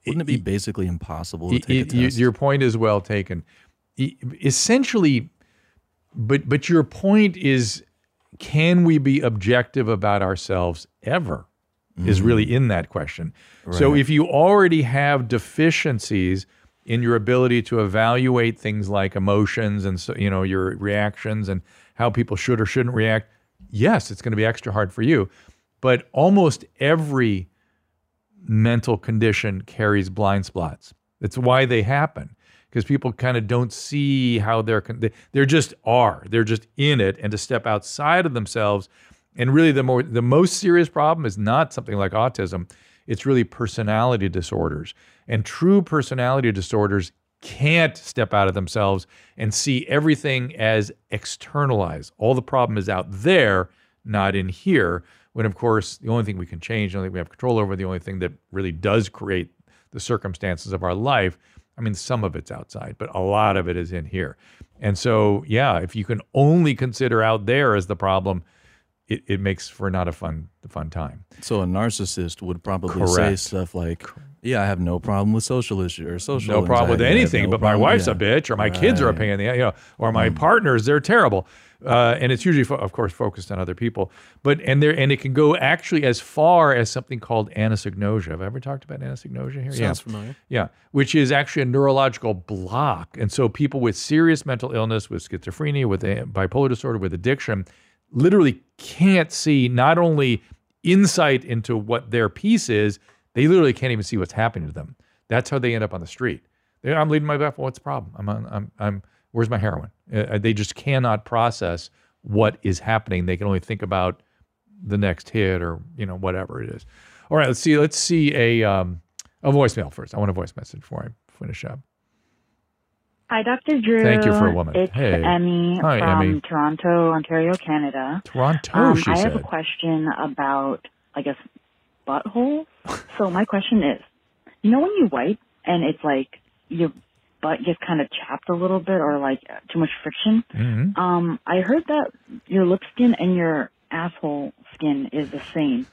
D: Wouldn't it be basically impossible to
A: Y-
D: take a
A: y- y-
D: test?
A: Your point is well taken. E- Essentially, but but your point is, can we be objective about ourselves ever? Is
D: Mm.
A: really in that question. So if you already have deficiencies in your ability to evaluate things like emotions and so, you know your reactions and how people should or shouldn't react, yes, it's going to be extra hard for you. But almost every mental condition carries blind spots. That's why they happen. because people kind of don't see how they're con- they, they're just are they're just in it and to step outside of themselves and really the more the most serious problem is not something like autism it's really personality disorders and true personality disorders can't step out of themselves and see everything as externalized all the problem is out there not in here when of course the only thing we can change the only thing we have control over the only thing that really does create the circumstances of our life I mean, some of it's outside, but a lot of it is in here. And so, yeah, if you can only consider out there as the problem, it, it makes for not a fun a fun time.
D: So a narcissist would probably say
A: Correct.
D: stuff like, "Yeah, I have no problem with social issue or social.
A: No problem with
D: anxiety. I have
A: anything,
D: no
A: but my
D: problem-
A: wife's
D: yeah. Mm.
A: a bitch, or my kids are a pain in the you know, or my partners they're terrible. Uh, and it's usually, fo- of course, focused on other people. But and there and it can go actually as far as something called anisognosia. Have I ever talked about anisognosia here? yeah.
C: Sounds familiar.
A: Yeah, which is actually a neurological block. And so people with serious mental illness, with schizophrenia, with a- bipolar disorder, with addiction, literally can't see not only insight into what their piece is, they literally can't even see what's happening to them. That's how they end up on the street. They, I'm leading my life. Well, what's the problem? I'm, on, I'm, I'm, where's my heroin? Uh, they just cannot process what is happening. They can only think about the next hit or you know whatever it is. All right, let's see. Let's see a um, a voicemail first. I want a voice message before I finish up.
J: Hi, Dr. Drew.
A: Thank you for a woman.
J: It's
A: Hey.
J: Emmy
A: Hi,
J: from
A: Emmy.
J: Toronto, Ontario, Canada.
A: Toronto,
J: um,
A: she
J: I
A: said.
J: have a question about, I guess, buttholes. so my question is, you know when you wipe and it's like your butt gets kind of chapped a little bit or like too much friction?
A: Mhm.
J: Um, I heard that your lip skin and your asshole skin is the same.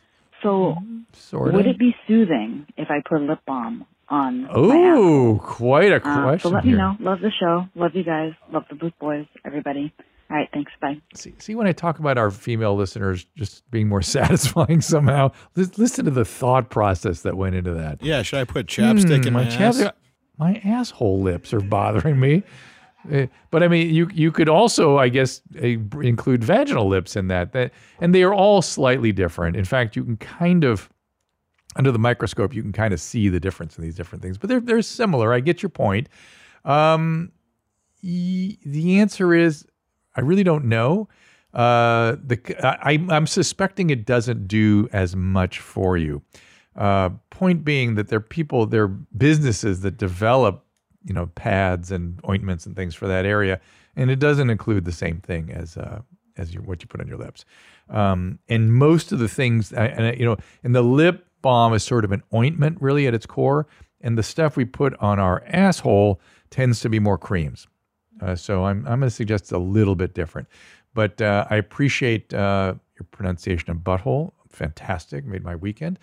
J: So
A: Sort
J: would
A: of.
J: it be soothing if I put lip balm on my asshole?
A: Oh, quite a question.
J: Uh, so let me
A: here.
J: know. Love the show. Love you guys. Love the Booth Boys. Everybody. All right. Thanks. Bye.
A: See, see, when I talk about our female listeners just being more satisfying somehow, lis- listen to the thought process that went into that.
G: Yeah, should I put chapstick in
A: Hmm, my
G: my,
A: chaps-
G: ass?
A: my asshole lips are bothering me. Uh, But I mean, you you could also, I guess, uh, include vaginal lips in that. That and they are all slightly different. In fact, you can kind of under the microscope, you can kind of see the difference in these different things. But they're they're similar. I get your point. Um, y- the answer is, I really don't know. Uh, the I, I'm- I'm suspecting it doesn't do as much for you. Uh, point being that there are people, there are businesses that develop, you know, pads and ointments and things for that area, and it doesn't include the same thing as uh, as your, what you put on your lips. Um, and most of the things, I- and I- you know, and the lip balm is sort of an ointment really at its core, and the stuff we put on our asshole tends to be more creams. Uh, so I'm I'm going to suggest it's a little bit different, but uh, I appreciate uh, your pronunciation of butthole. Fantastic, made my weekend,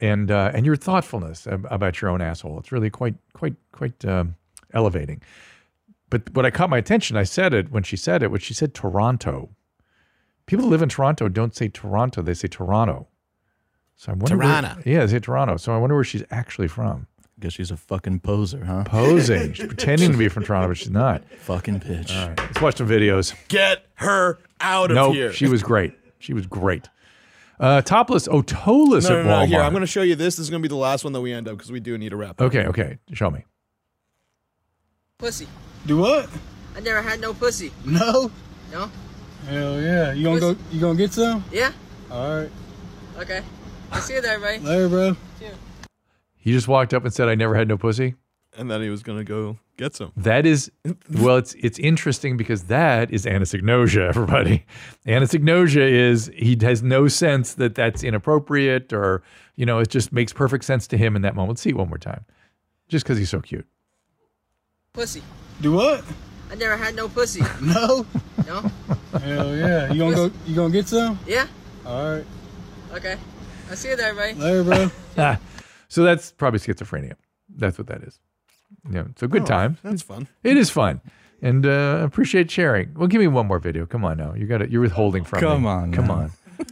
A: and uh, and your thoughtfulness ab- about your own asshole. It's really quite quite quite um, elevating. But what I caught my attention, I said it when she said it. When she said Toronto, people who live in Toronto don't say Toronto; they say Toronto. So I wonder. where-
G: Toronto.
A: yeah, they say Toronto. So I wonder where she's actually from.
D: Guess she's a fucking poser, huh?
A: Posing, she's pretending to be from Toronto, but she's not.
D: fucking bitch.
A: All right, let's watch some videos.
G: Get her out of
A: No,
G: here.
A: she was great. She was great. Uh, topless, oh, toeless
G: no,
A: at
G: no, no,
A: Walmart.
G: here. I'm going to show you this. This is going to be the last one that we end up because we do need a wrap.
A: okay, okay, show me.
K: Pussy.
L: Do what?
K: I never had no pussy.
L: No.
K: No?
L: Hell yeah. You gonna go? You gonna get some?
K: Yeah?
L: All right.
K: Okay. I see you there, everybody.
L: Later, bro.
A: He just walked up and said, "I never had no pussy."
G: And then he was going to go get some.
A: That is, well, it's it's interesting because that is anisognosia, everybody. Anisognosia is he has no sense that that's inappropriate, or you know, it just makes perfect sense to him in that moment. Let's see it one more time, just because he's so cute.
K: Pussy.
L: Do what?
K: I never had no pussy.
L: No.
K: No?
L: Hell yeah. You gonna go? You gonna get some?
K: Yeah?
L: All right.
K: Okay. I see you there, everybody.
L: Later, bro.
A: Ah, so that's probably schizophrenia. That's what that is. Yeah, so
G: Oh,
A: good time.
G: That's fun.
A: It is fun, and uh, appreciate sharing. Well, give me one more video. Come on now, you got to You're withholding from
D: Come
A: me.
D: on,
A: come
D: man.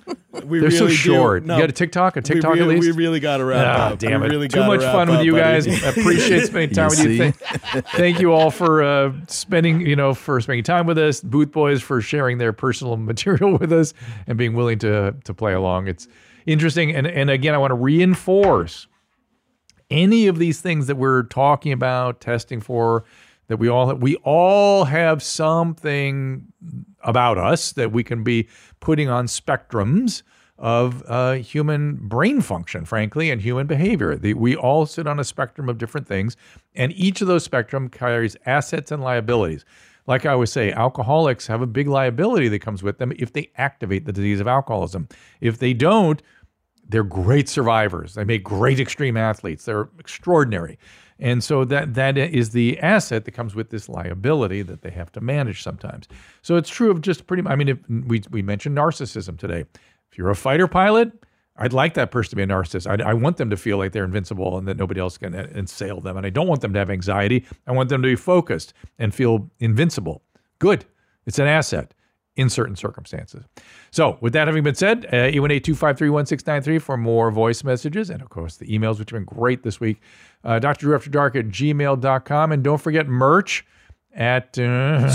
A: on.
G: We
A: They're so
G: really do-
A: short.
G: no,
A: you got a TikTok, a
G: we
A: TikTok
G: really,
A: at
G: We
A: least.
G: really got to wrap
A: Ah,
G: up.
A: damn
G: We
A: it!
G: really
A: Too
G: gotta
A: much
G: wrap
A: fun with
G: up,
A: you guys.
G: buddy.
A: Appreciate spending time with you.
D: You
A: Thank, thank you all for uh, spending, you know, for spending time with us. Booth Boys for sharing their personal material with us and being willing to to play along. It's interesting, and and again, I want to reinforce any of these things that we're talking about, testing for, that we all we all have something about us that we can be putting on spectrums of uh, human brain function, frankly, and human behavior. The, we all sit on a spectrum of different things, and each of those spectrum carries assets and liabilities. Like I always say, alcoholics have a big liability that comes with them if they activate the disease of alcoholism. If they don't, they're great survivors. They make great extreme athletes. They're extraordinary. And so that that is the asset that comes with this liability that they have to manage sometimes. So it's true of just pretty I mean if we we mentioned narcissism today. If you're a fighter pilot, I'd like that person to be a narcissist. I, I want them to feel like they're invincible and that nobody else can ensail them. And I don't want them to have anxiety. I want them to be focused and feel invincible. Good. It's an asset in certain circumstances. So, with that having been said, uh, 818-253-1693 for more voice messages and, of course, the emails, which have been great this week. Uh, Dr. Drew After Dark at gmail.com. And don't forget merch at uh,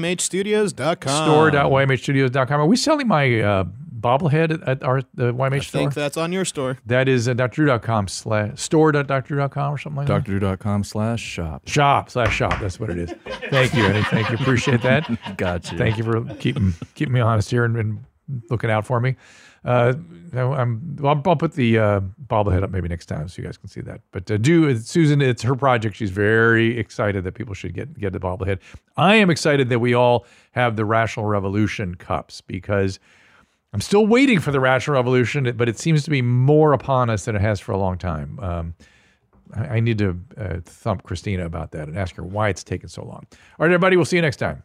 G: Store.ymhstudios.com.
A: store.ymhstudios.com. Are we selling my uh, bobblehead at, at our the YMH
G: I
A: store?
G: think that's on your store.
A: that is uh, drdrew.com slash store.drdrew.com or something like that.
D: DrDrew.com slash shop.
A: Shop slash shop. That's what it is. Thank you, Eddie. Thank you. Appreciate that.
D: Gotcha.
A: Thank you for keeping keeping me honest here and, and looking out for me. Uh, no, I'm, well, I'll, I'll put the uh, bobblehead up maybe next time so you guys can see that. But uh, do Susan, it's her project. She's very excited that people should get get the bobblehead. I am excited that we all have the Rational Revolution cups because I'm still waiting for the Rational Revolution, but it seems to be more upon us than it has for a long time. Um, I, I need to uh, thump Christina about that and ask her why it's taken so long. All right, everybody, we'll see you next time.